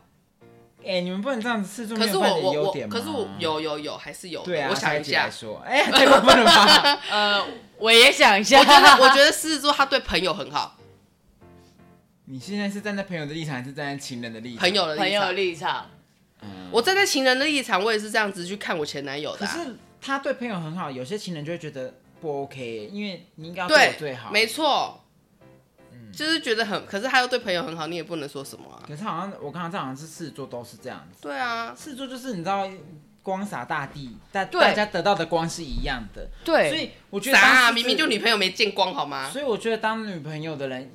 Speaker 2: 哎、你们不能这样子，狮子座
Speaker 1: 可
Speaker 2: 没
Speaker 1: 是
Speaker 2: 有
Speaker 1: 我
Speaker 2: 半点
Speaker 1: 我
Speaker 2: 优
Speaker 1: 我
Speaker 2: 点，吗
Speaker 1: 可是我。有有有还是有的。
Speaker 2: 对啊，
Speaker 1: 哦我想
Speaker 2: 下
Speaker 1: 一
Speaker 2: 集来
Speaker 1: 下，
Speaker 2: 说，哎、太过分了吧？
Speaker 3: 呃，我也想一下，
Speaker 1: 我觉得我觉得狮子座他对朋友很好，
Speaker 2: 你现在是站在朋友的立场，还是站在情人的立场？
Speaker 1: 朋友的立场
Speaker 3: 朋友的立场，
Speaker 2: 嗯，
Speaker 1: 我站在情人的立场，我也是这样子去看我前男友的
Speaker 2: 可
Speaker 1: 啊、
Speaker 2: 是他对朋友很好，有些情人就会觉得不 OK，因为你应该要我
Speaker 1: 对，
Speaker 2: 最好。
Speaker 1: 没错，就是觉得很，可是他又对朋友很好，你也不能说什么啊。
Speaker 2: 可是好像我刚刚这好像是狮子座都是这样子，
Speaker 1: 对啊，
Speaker 2: 狮子座就是你知道光洒大地，大
Speaker 3: 对
Speaker 2: 大家得到的光是一样的，所
Speaker 3: 对，
Speaker 2: 以我觉得
Speaker 1: 啥
Speaker 2: 当狮
Speaker 1: 啊？
Speaker 2: 子
Speaker 1: 明明就啊女朋友没见光好吗？
Speaker 2: 所以我觉得当女朋友的人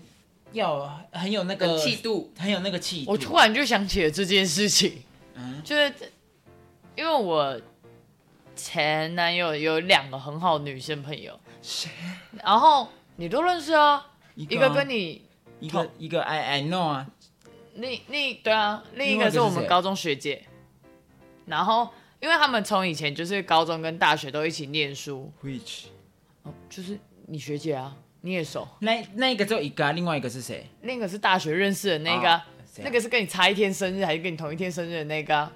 Speaker 2: 要很有那个
Speaker 1: 跟气，度，
Speaker 2: 很有那个气度。
Speaker 3: 我突然就想起了这件事情，
Speaker 2: 嗯
Speaker 3: 就是因为我前男友有两个很好的女生朋友，
Speaker 2: 谁
Speaker 3: 然后你都认识啊，一个
Speaker 2: 啊
Speaker 3: 跟你。
Speaker 2: 一个一个 I I know 啊，
Speaker 3: 另另对啊，另一
Speaker 2: 另外
Speaker 3: 个
Speaker 2: 一个
Speaker 3: 是
Speaker 2: 是
Speaker 3: 我们
Speaker 2: 谁
Speaker 3: 高中学姐，然后因为他们从以前就是高中跟大学都一起念书，
Speaker 2: Which
Speaker 3: 哦就是你学姐啊，你也熟。
Speaker 2: 那那一个只有一个、啊，另外一个是谁？
Speaker 3: 那个是大学认识的那个啊、
Speaker 2: 哦谁啊
Speaker 3: 那个是跟你差一天生日还是跟你同一天生日的那个啊、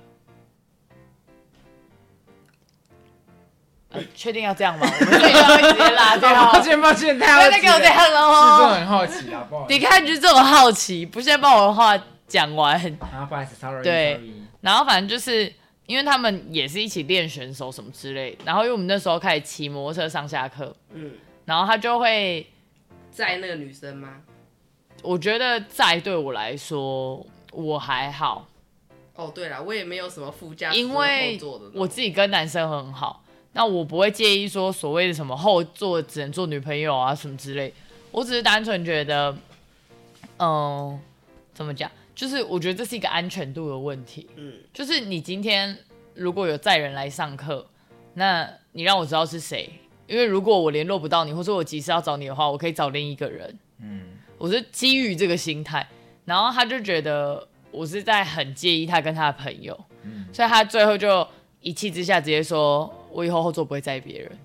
Speaker 3: 呃确定要这样吗？我们这一段会直接拉掉 哦。
Speaker 2: 抱歉抱歉，
Speaker 3: 不
Speaker 2: 他
Speaker 3: 要再给我这样了
Speaker 2: 制作
Speaker 3: 哦。
Speaker 2: 很好奇啊，不好意
Speaker 3: 你
Speaker 2: 思。
Speaker 3: 看，就是这种好奇，不先把我的话讲完。
Speaker 2: 啊，不好意思，sorry，
Speaker 3: 对
Speaker 2: sorry
Speaker 3: 然后反正就是因为他们也是一起练选手什么之类，然后因为我们那时候开始骑摩托车上下课，
Speaker 1: 嗯，
Speaker 3: 然后他就会，
Speaker 1: 在那个女生吗？
Speaker 3: 我觉得在对我来说，我还好，
Speaker 1: 哦，对了，我也没有什么附加值
Speaker 3: 因为
Speaker 1: 或后座的那
Speaker 3: 我
Speaker 1: 种
Speaker 3: 自己跟男生很好，那我不会介意说所谓的什么后座只能做女朋友啊什么之类，我只是单纯觉得，嗯、怎么讲，就是我觉得这是一个安全度的问题，
Speaker 1: 嗯，
Speaker 3: 就是你今天如果有载人来上课，那你让我知道是谁，因为如果我联络不到你，或者我急事要找你的话，我可以找另一个人。
Speaker 2: 嗯，
Speaker 3: 我是基于这个心态，然后他就觉得我是在很介意他跟他的朋友，所以他最后就一气之下直接说：“我以后后座不会载别人。”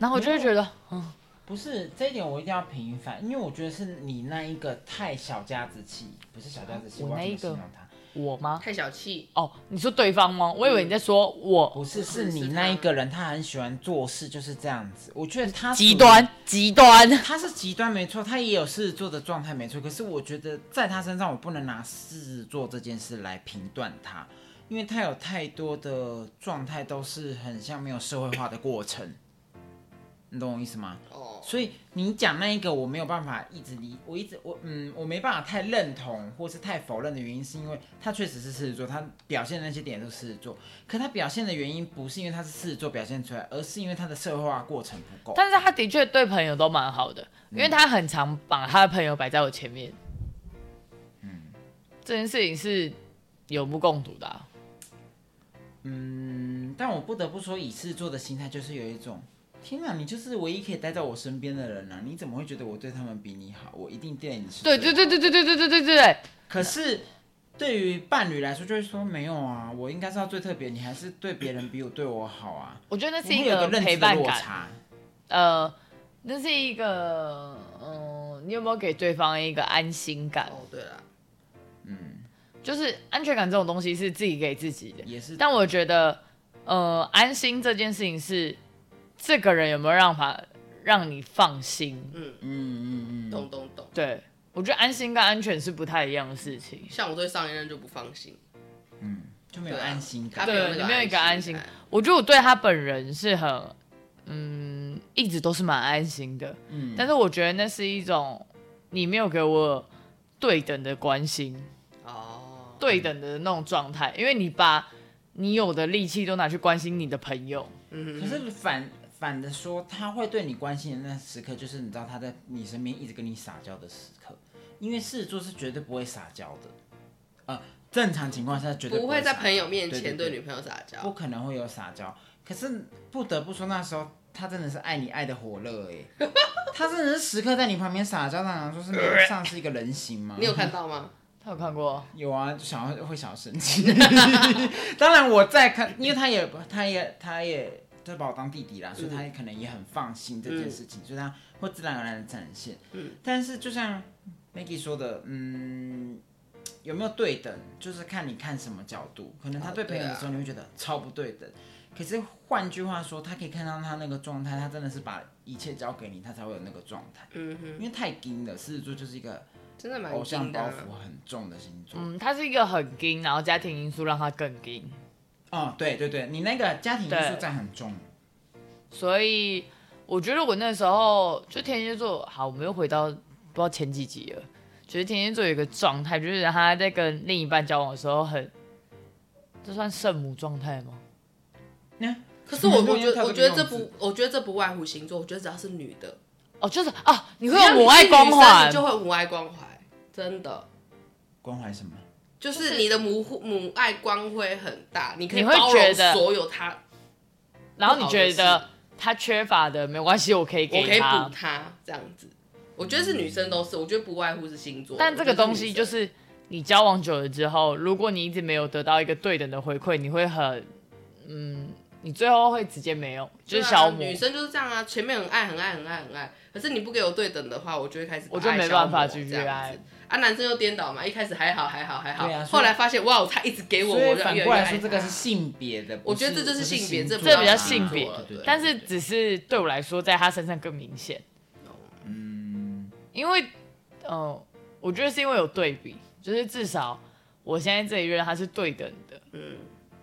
Speaker 3: 然后我就会觉得，
Speaker 2: 不是这一点我一定要平反，因为我觉得是你那一个太小家子气，不是小家子气，
Speaker 3: 我
Speaker 2: 我
Speaker 3: 那
Speaker 2: 要
Speaker 3: 一
Speaker 2: 怎
Speaker 3: 个
Speaker 2: 么形容他？
Speaker 3: 我吗？
Speaker 1: 太小气，
Speaker 3: 哦，你说对方吗？我以为你在说我
Speaker 2: 不是，
Speaker 1: 是
Speaker 2: 是
Speaker 1: 是
Speaker 2: 你
Speaker 1: 他
Speaker 2: 那一个人，他很喜欢做事就是这样子。我觉得他属于
Speaker 3: 极端，极端。
Speaker 2: 他是极端没错，他也有狮子座的状态没错。可是我觉得在他身上，我不能拿狮子座这件事来评断他，因为他有太多的状态都是很像没有社会化的过程，你懂我意思吗？
Speaker 1: 哦，
Speaker 2: 所以你讲那一个，我没有办法一直理，我一直我嗯，我没办法太认同或是太否认的原因，是因为他确实是狮子座，他表现的那些点都是狮子座，可他表现的原因不是因为他是狮子座表现出来，而是因为他的社会化过程不够。
Speaker 3: 但是他的确对朋友都蛮好的，因为他很常把他的朋友摆在我前面。嗯，这件事情是有目共睹的啊、
Speaker 2: 嗯，但我不得不说，以狮子座的心态就是有一种，天哪，你就是唯一可以待在我身边的人啊！你怎么会觉得我对他们比你好？我一定对你是
Speaker 3: 对
Speaker 2: 最
Speaker 3: 对
Speaker 2: 好
Speaker 3: 对对对对对对对对。
Speaker 2: 可是对于伴侣来说，就会说没有啊，我应该是要最特别，你还是对别人比我对我好啊。
Speaker 3: 我觉得那是
Speaker 2: 我
Speaker 3: 一
Speaker 2: 会有
Speaker 3: 个
Speaker 2: 个认
Speaker 3: 陪
Speaker 2: 知的
Speaker 3: 伴
Speaker 2: 落
Speaker 3: 感，
Speaker 2: 差。
Speaker 3: 呃，那是一个，嗯、你有没有给对方一个安心感？
Speaker 1: 哦，对了，
Speaker 3: 就是安全感这种东西是自己给自己的，
Speaker 2: 也是
Speaker 3: 但我觉得，呃，安心这件事情是这个人有没有让法让你放心？
Speaker 2: 嗯嗯嗯，
Speaker 1: 懂懂懂。
Speaker 3: 对我觉得安心跟安全是不太一样的事情。
Speaker 1: 像我对上一任就不放心，
Speaker 2: 就没有
Speaker 1: 对啊
Speaker 2: 安心
Speaker 1: 他
Speaker 2: 感。
Speaker 1: 没有那
Speaker 3: 对，
Speaker 1: 个
Speaker 3: 你没有一个安心
Speaker 1: 感。
Speaker 3: 我觉得我对他本人是很，嗯，一直都是蛮安心的。
Speaker 2: 嗯
Speaker 3: 但是我觉得那是一种你没有给我对等的关心，
Speaker 1: 哦，
Speaker 3: 对等的那种状态，因为你把你有的力气都拿去关心你的朋友。
Speaker 1: 嗯
Speaker 2: 可是反反的说，他会对你关心的那时刻，就是你知道他在你身边一直跟你撒娇的时刻，因为狮子座是绝对不会撒娇的，呃，正常情况下绝对
Speaker 1: 不
Speaker 2: 会
Speaker 1: 会在
Speaker 2: 撒娇
Speaker 1: 朋友面
Speaker 2: 对
Speaker 1: 前
Speaker 2: 对
Speaker 1: 对
Speaker 2: 对
Speaker 1: 女朋友撒娇。
Speaker 2: 不可能会有撒娇。可是不得不说，那时候他真的是爱你爱的火热 哎、他真的是时刻在你旁边撒娇，让人说是没有上是一个人形吗？
Speaker 1: 你有看到吗？
Speaker 3: 他有看过，
Speaker 2: 有啊，就想要会想要生气。 当然我在看，因为他也他也他也就把我当弟弟啦，所以
Speaker 1: 嗯
Speaker 2: 他也可能也很放心这件事情，所以他会自然而然的展现。
Speaker 1: 嗯
Speaker 2: 但是就像 Maggie 说的，嗯，有没有对等，就是看你看什么角度。可能他
Speaker 1: 哦
Speaker 2: 对朋友
Speaker 1: 对啊
Speaker 2: 的时候，你会觉得超不对等。可是换句话说，他可以看到他那个状态，他真的是把一切交给你，他才会有那个状态。
Speaker 1: 嗯哼，
Speaker 2: 因为太硬了，狮子座就是一个
Speaker 1: 真的蛮
Speaker 2: 偶像
Speaker 1: 硬的
Speaker 2: 包
Speaker 1: 啊。
Speaker 2: 袱很重的星座。
Speaker 3: 嗯，他是一个很硬，然后家庭因素让他更硬，
Speaker 2: 哦，对对对，你那个家庭因素
Speaker 3: 对
Speaker 2: 占很重，
Speaker 3: 所以我觉得我那时候就天蝎座，好，我们又回到不知道前几集了。觉得天蝎座有一个状态，就是他在跟另一半交往的时候很，这算圣母状态吗？
Speaker 1: 可是我
Speaker 2: 你没有
Speaker 1: 我觉得
Speaker 2: 跳
Speaker 1: 我
Speaker 2: 这个
Speaker 1: 觉得这
Speaker 2: 样子
Speaker 1: 不我觉得这不外乎星座，我觉得只要是女的，
Speaker 3: 哦，就是哦，你
Speaker 1: 只
Speaker 3: 会
Speaker 1: 要
Speaker 3: 有
Speaker 1: 你
Speaker 3: 母爱
Speaker 1: 是
Speaker 3: 光
Speaker 1: 女生
Speaker 3: 环
Speaker 1: 你，就会母爱光环，真的。
Speaker 2: 关怀什么？
Speaker 1: 就是你的母母爱光辉很大，你可以
Speaker 3: 你会
Speaker 1: 包
Speaker 3: 觉
Speaker 1: 容
Speaker 3: 得
Speaker 1: 所有他，
Speaker 3: 然后你觉得他缺乏的没关系，我可以
Speaker 1: 我
Speaker 3: 给
Speaker 1: 可以
Speaker 3: 他
Speaker 1: 补。他这样子。我觉得是女生都是，我觉得不外乎是星座，
Speaker 3: 但这个东西就
Speaker 1: 我觉得
Speaker 3: 是你交往久了之后，如果你一直没有得到一个对等的回馈，你会很，嗯，你最后会直接没有，就
Speaker 1: 女生
Speaker 3: 是消
Speaker 1: 对啊
Speaker 3: 磨
Speaker 1: 女。生就是这样啊，前面很爱很爱很爱很爱，可是你不给我对等的话，我就会开始把
Speaker 3: 我就
Speaker 1: 爱
Speaker 3: 没
Speaker 1: 消
Speaker 3: 办法
Speaker 1: 磨
Speaker 3: 继续
Speaker 1: 这样子
Speaker 3: 爱
Speaker 1: 啊，男生就颠倒嘛，一开始还好还好还好，
Speaker 2: 对啊所以
Speaker 1: 后来发现哇，他一直给我，
Speaker 2: 所以
Speaker 1: 我就越
Speaker 2: 反
Speaker 1: 越
Speaker 2: 过来
Speaker 1: 爱
Speaker 2: 说，这个
Speaker 1: 他
Speaker 2: 是性别的，
Speaker 1: 我
Speaker 2: 不
Speaker 1: 觉得这就是
Speaker 2: 不
Speaker 1: 性别
Speaker 2: 星座
Speaker 1: 这
Speaker 3: 比较性别
Speaker 2: 对对对
Speaker 3: 但是只是对我来说，在他身上更明显，
Speaker 2: 嗯，
Speaker 3: 因为，呃，我觉得是因为有对比，就是至少我现在这一任他是对等的，
Speaker 1: 嗯，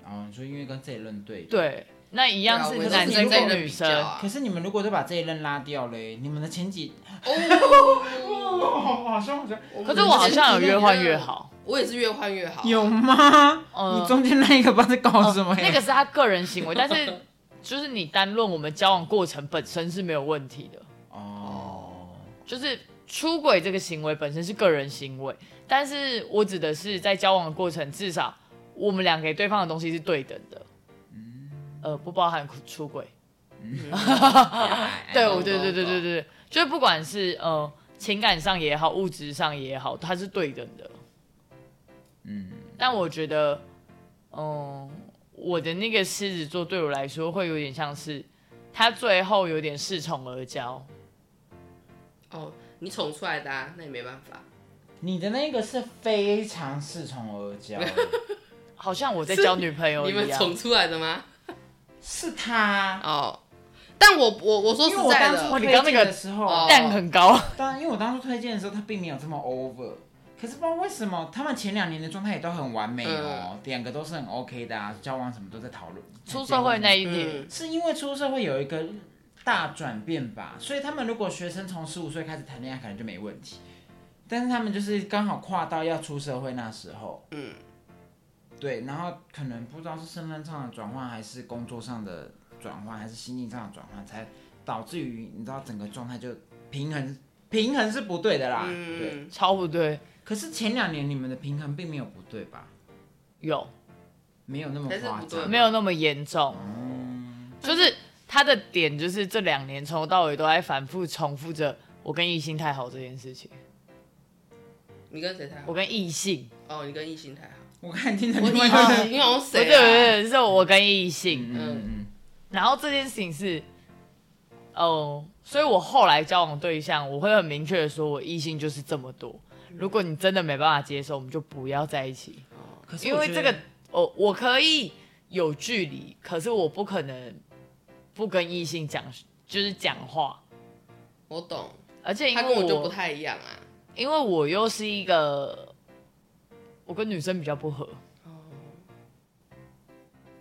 Speaker 2: 哦，你说因为跟这一任对，。
Speaker 3: 对，那一样
Speaker 1: 对啊我也
Speaker 3: 是
Speaker 1: 是
Speaker 3: 男
Speaker 1: 跟
Speaker 3: 生
Speaker 1: 这一
Speaker 3: 跟
Speaker 1: 任
Speaker 3: 女
Speaker 1: 比
Speaker 3: 生，
Speaker 1: 较啊
Speaker 2: 可是你们如果都把这一任拉掉嘞，你们的前几
Speaker 1: 哦，
Speaker 2: 哦，好凶好凶，
Speaker 1: 们
Speaker 3: 可是我好像有
Speaker 1: 前几
Speaker 3: 越换越
Speaker 1: 任
Speaker 3: 好。
Speaker 1: 我也是越换越好。
Speaker 2: 有吗？
Speaker 3: 嗯
Speaker 2: 你中间那一哦个不知道在搞什么、呀？
Speaker 3: 哦那个是他个人行为，但是就是你单论我们交往过程本身是没有问题的，
Speaker 2: 哦，
Speaker 3: 就是出轨这个行为本身是个人行为，但是我指的是在交往的过程，至少我们俩给对方的东西是对等的，
Speaker 1: 嗯
Speaker 3: 呃，不包含出轨。
Speaker 1: 啊哎
Speaker 3: 对，我对对对对对，就是不管是呃情感上也好，物质上也好，它是对等的。
Speaker 2: 嗯，
Speaker 3: 但我觉得，嗯、我的那个狮子座对我来说会有点像是，他最后有点恃宠而骄。
Speaker 1: 哦，你宠出来的、啊，那也没办法。
Speaker 2: 你的那个是非常恃宠而骄，
Speaker 3: 好像我在交女朋友
Speaker 1: 你
Speaker 3: 一
Speaker 1: 们宠
Speaker 3: 样，
Speaker 1: 出来的吗？
Speaker 2: 是他。
Speaker 1: 哦，但我我我说
Speaker 2: 因为
Speaker 1: 实
Speaker 2: 我
Speaker 1: 在
Speaker 2: 当初
Speaker 1: 的，
Speaker 2: 推
Speaker 3: 你刚
Speaker 2: 荐
Speaker 3: 那个
Speaker 2: 的时候，
Speaker 1: 哦
Speaker 3: 蛋很高。
Speaker 2: 当因为我当初推荐的时候，他并没有这么 over。可是不知道为什么，他们前两年的状态也都很完美哦，两、个都是很 OK 的啊，交往什么都在讨论。
Speaker 3: 嗯出社会那一年，
Speaker 1: 嗯，
Speaker 2: 是因为出社会有一个大转变吧，所以他们如果学生从十五岁开始谈恋爱，可能就没问题。但是他们就是刚好跨到要出社会那时候，嗯，对，然后可能不知道是身份上的转换，还是工作上的转换，还是心境上的转换，才导致于你知道整个状态就平衡平衡是不对的啦，对。
Speaker 1: 嗯，
Speaker 3: 超不对，
Speaker 2: 可是前两年你们的平衡并没有不对吧？
Speaker 3: 有
Speaker 2: 没有那么
Speaker 1: 还是
Speaker 2: 夸
Speaker 1: 不对
Speaker 2: 张，
Speaker 3: 没有那么严重？就是他的点就是这两年从头到尾都在反复重复着我跟异性太好这件事情，
Speaker 1: 你跟谁太好
Speaker 3: 我？跟异性，
Speaker 1: 哦，你跟异性太好。
Speaker 2: 我看你听着
Speaker 1: 我
Speaker 2: 另外一
Speaker 3: 哦
Speaker 2: 个人，
Speaker 1: 异性，你好嗯像
Speaker 3: 对
Speaker 1: 谁、
Speaker 3: 对
Speaker 1: 啊？
Speaker 3: 对，是我跟异性。
Speaker 2: 嗯嗯嗯。
Speaker 3: 然后这件事情是，哦、所以我后来交往对象，我会很明确的说，我异性就是这么多。如果你真的没办法接受，我们就不要在一起，
Speaker 2: 可是
Speaker 3: 因
Speaker 2: 我
Speaker 3: 为
Speaker 2: 觉
Speaker 3: 这
Speaker 2: 得
Speaker 3: 个，我、我可以有距离，可是我不可能不跟异性讲，就是讲话。
Speaker 1: 我懂，
Speaker 3: 而且因
Speaker 1: 他
Speaker 3: 为
Speaker 1: 跟我
Speaker 3: 我
Speaker 1: 就不太一样啊。
Speaker 3: 因为我又是一个，我跟女生比较不合。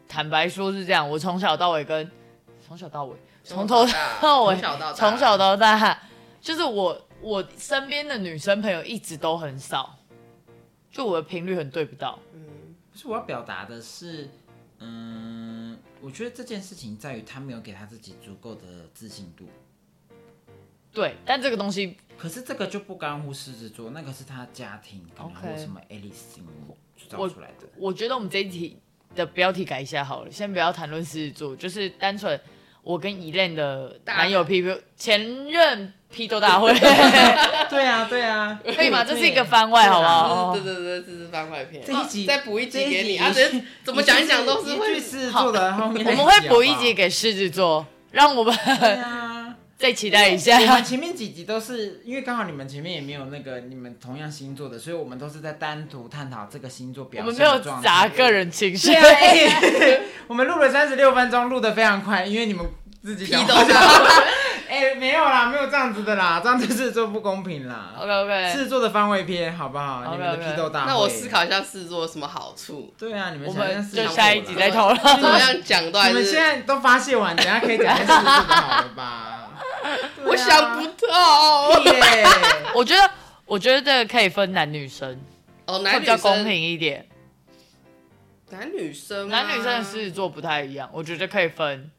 Speaker 3: 坦白说是这样，我从小到尾跟从小到尾，从头到
Speaker 1: 从
Speaker 3: 尾，
Speaker 1: 小到大
Speaker 3: 从小到大，就是我我身边的女生朋友一直都很少，就我的频率很对不到。
Speaker 2: 所以我要表达的是，嗯，我觉得这件事情在于他没有给他自己足够的自信度。
Speaker 3: 对，但这个东西
Speaker 2: 可是这个就不干乎狮子座，那个是他家庭，可能
Speaker 3: OK
Speaker 2: 还有什么 Alice 造出来的。
Speaker 3: 我觉得我们这一题的标题改一下好了，先不要谈论狮子座，就是单纯我跟一任的男友批评前任批斗大会，
Speaker 2: 对啊，对啊，
Speaker 3: 可以吗？这
Speaker 2: 对
Speaker 3: 是一个番外，好不好？
Speaker 1: 对对对，这是番外篇。
Speaker 2: 这一集
Speaker 1: 哦再补一集给
Speaker 2: 这一集
Speaker 1: 你啊！这怎么讲一讲都是
Speaker 2: 一句
Speaker 1: 会
Speaker 2: 狮子座的后面
Speaker 3: 我
Speaker 2: 那集
Speaker 3: 们会补一
Speaker 2: 好不好
Speaker 3: 集。给狮子座，让我们
Speaker 2: 对啊，
Speaker 3: 再期待一下。
Speaker 2: 我们前面几集都是因为刚好你们前面也没有那个你们同样星座的，所以我们都是在单独探讨这个星座
Speaker 3: 我
Speaker 2: 表
Speaker 3: 们
Speaker 2: 现
Speaker 3: 没有
Speaker 2: 的状态。
Speaker 3: 砸个人情绪
Speaker 2: 对，啊，哎我们录了三十六分钟，录的非常快，因为你们自己
Speaker 1: 批
Speaker 2: 讲
Speaker 1: 斗
Speaker 2: 话。
Speaker 1: 他。
Speaker 2: 哎、没有啦，没有这样子的啦，这样子是做不公平啦。
Speaker 3: OK OK，
Speaker 2: 是做的番外篇，好不好？
Speaker 3: OK，OK
Speaker 2: 你们的批斗大会。
Speaker 1: 那我思。考一下狮子座有什么好处，
Speaker 2: 对啊，你们
Speaker 3: 我
Speaker 2: 想象
Speaker 3: 们
Speaker 2: 是
Speaker 3: 就
Speaker 2: 想
Speaker 3: 下一
Speaker 2: 我
Speaker 3: 集
Speaker 2: 啦
Speaker 3: 再讨
Speaker 1: 怎么
Speaker 3: 论。
Speaker 1: 样讲都还
Speaker 2: 你们现
Speaker 1: 是
Speaker 2: 在都发泄完，等一下可以讲一下狮子座的好了吧？对啊
Speaker 1: 我想不到。
Speaker 2: 耶。
Speaker 3: 我觉得，我觉得可以分男女生，
Speaker 1: 哦，
Speaker 3: 会
Speaker 1: 男
Speaker 3: 比
Speaker 1: 女
Speaker 3: 较
Speaker 1: 生
Speaker 3: 公平，一点。
Speaker 1: 男女生吗
Speaker 3: 男女生的狮子座不太一样，我觉得可以分。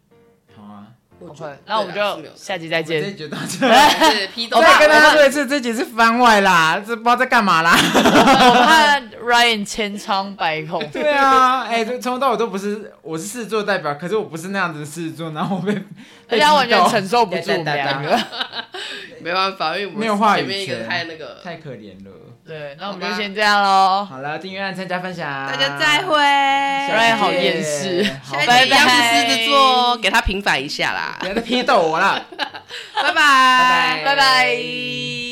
Speaker 2: 好啊，
Speaker 1: 我觉
Speaker 3: OK，
Speaker 1: 得
Speaker 3: 那我们
Speaker 1: 对啊是没有
Speaker 3: 就下集再
Speaker 2: 我们这一
Speaker 3: 见。
Speaker 2: 集就到这 里。
Speaker 1: 对批斗
Speaker 2: 再
Speaker 1: 大
Speaker 2: 跟大家
Speaker 1: 会。
Speaker 2: 说一次，这集是番外啦，这不知道在干嘛啦。
Speaker 3: 我怕 Ryan 千疮百孔。
Speaker 2: 对啊，哎、从从头到尾都不是，我是狮子座代表，可是我不是那样子的狮子座，然后我被，
Speaker 3: 而且他完全承受不住我们两个。
Speaker 1: 没办法，因为我们
Speaker 2: 没有话语
Speaker 1: 前面一个
Speaker 2: 权
Speaker 1: 太那个，
Speaker 2: 太可怜了。
Speaker 3: 对，那我们就先这样喽。
Speaker 2: 好了，订阅、按赞、加分享，
Speaker 1: 大家再会。
Speaker 3: Ryan 好厌世
Speaker 2: 好
Speaker 1: 下一集
Speaker 3: 拜
Speaker 1: 一样
Speaker 3: 拜
Speaker 1: 是狮子座，哦给他平反一下啦
Speaker 2: 不。要再批斗我了。
Speaker 1: 拜拜，
Speaker 2: 拜
Speaker 3: 拜拜
Speaker 1: 拜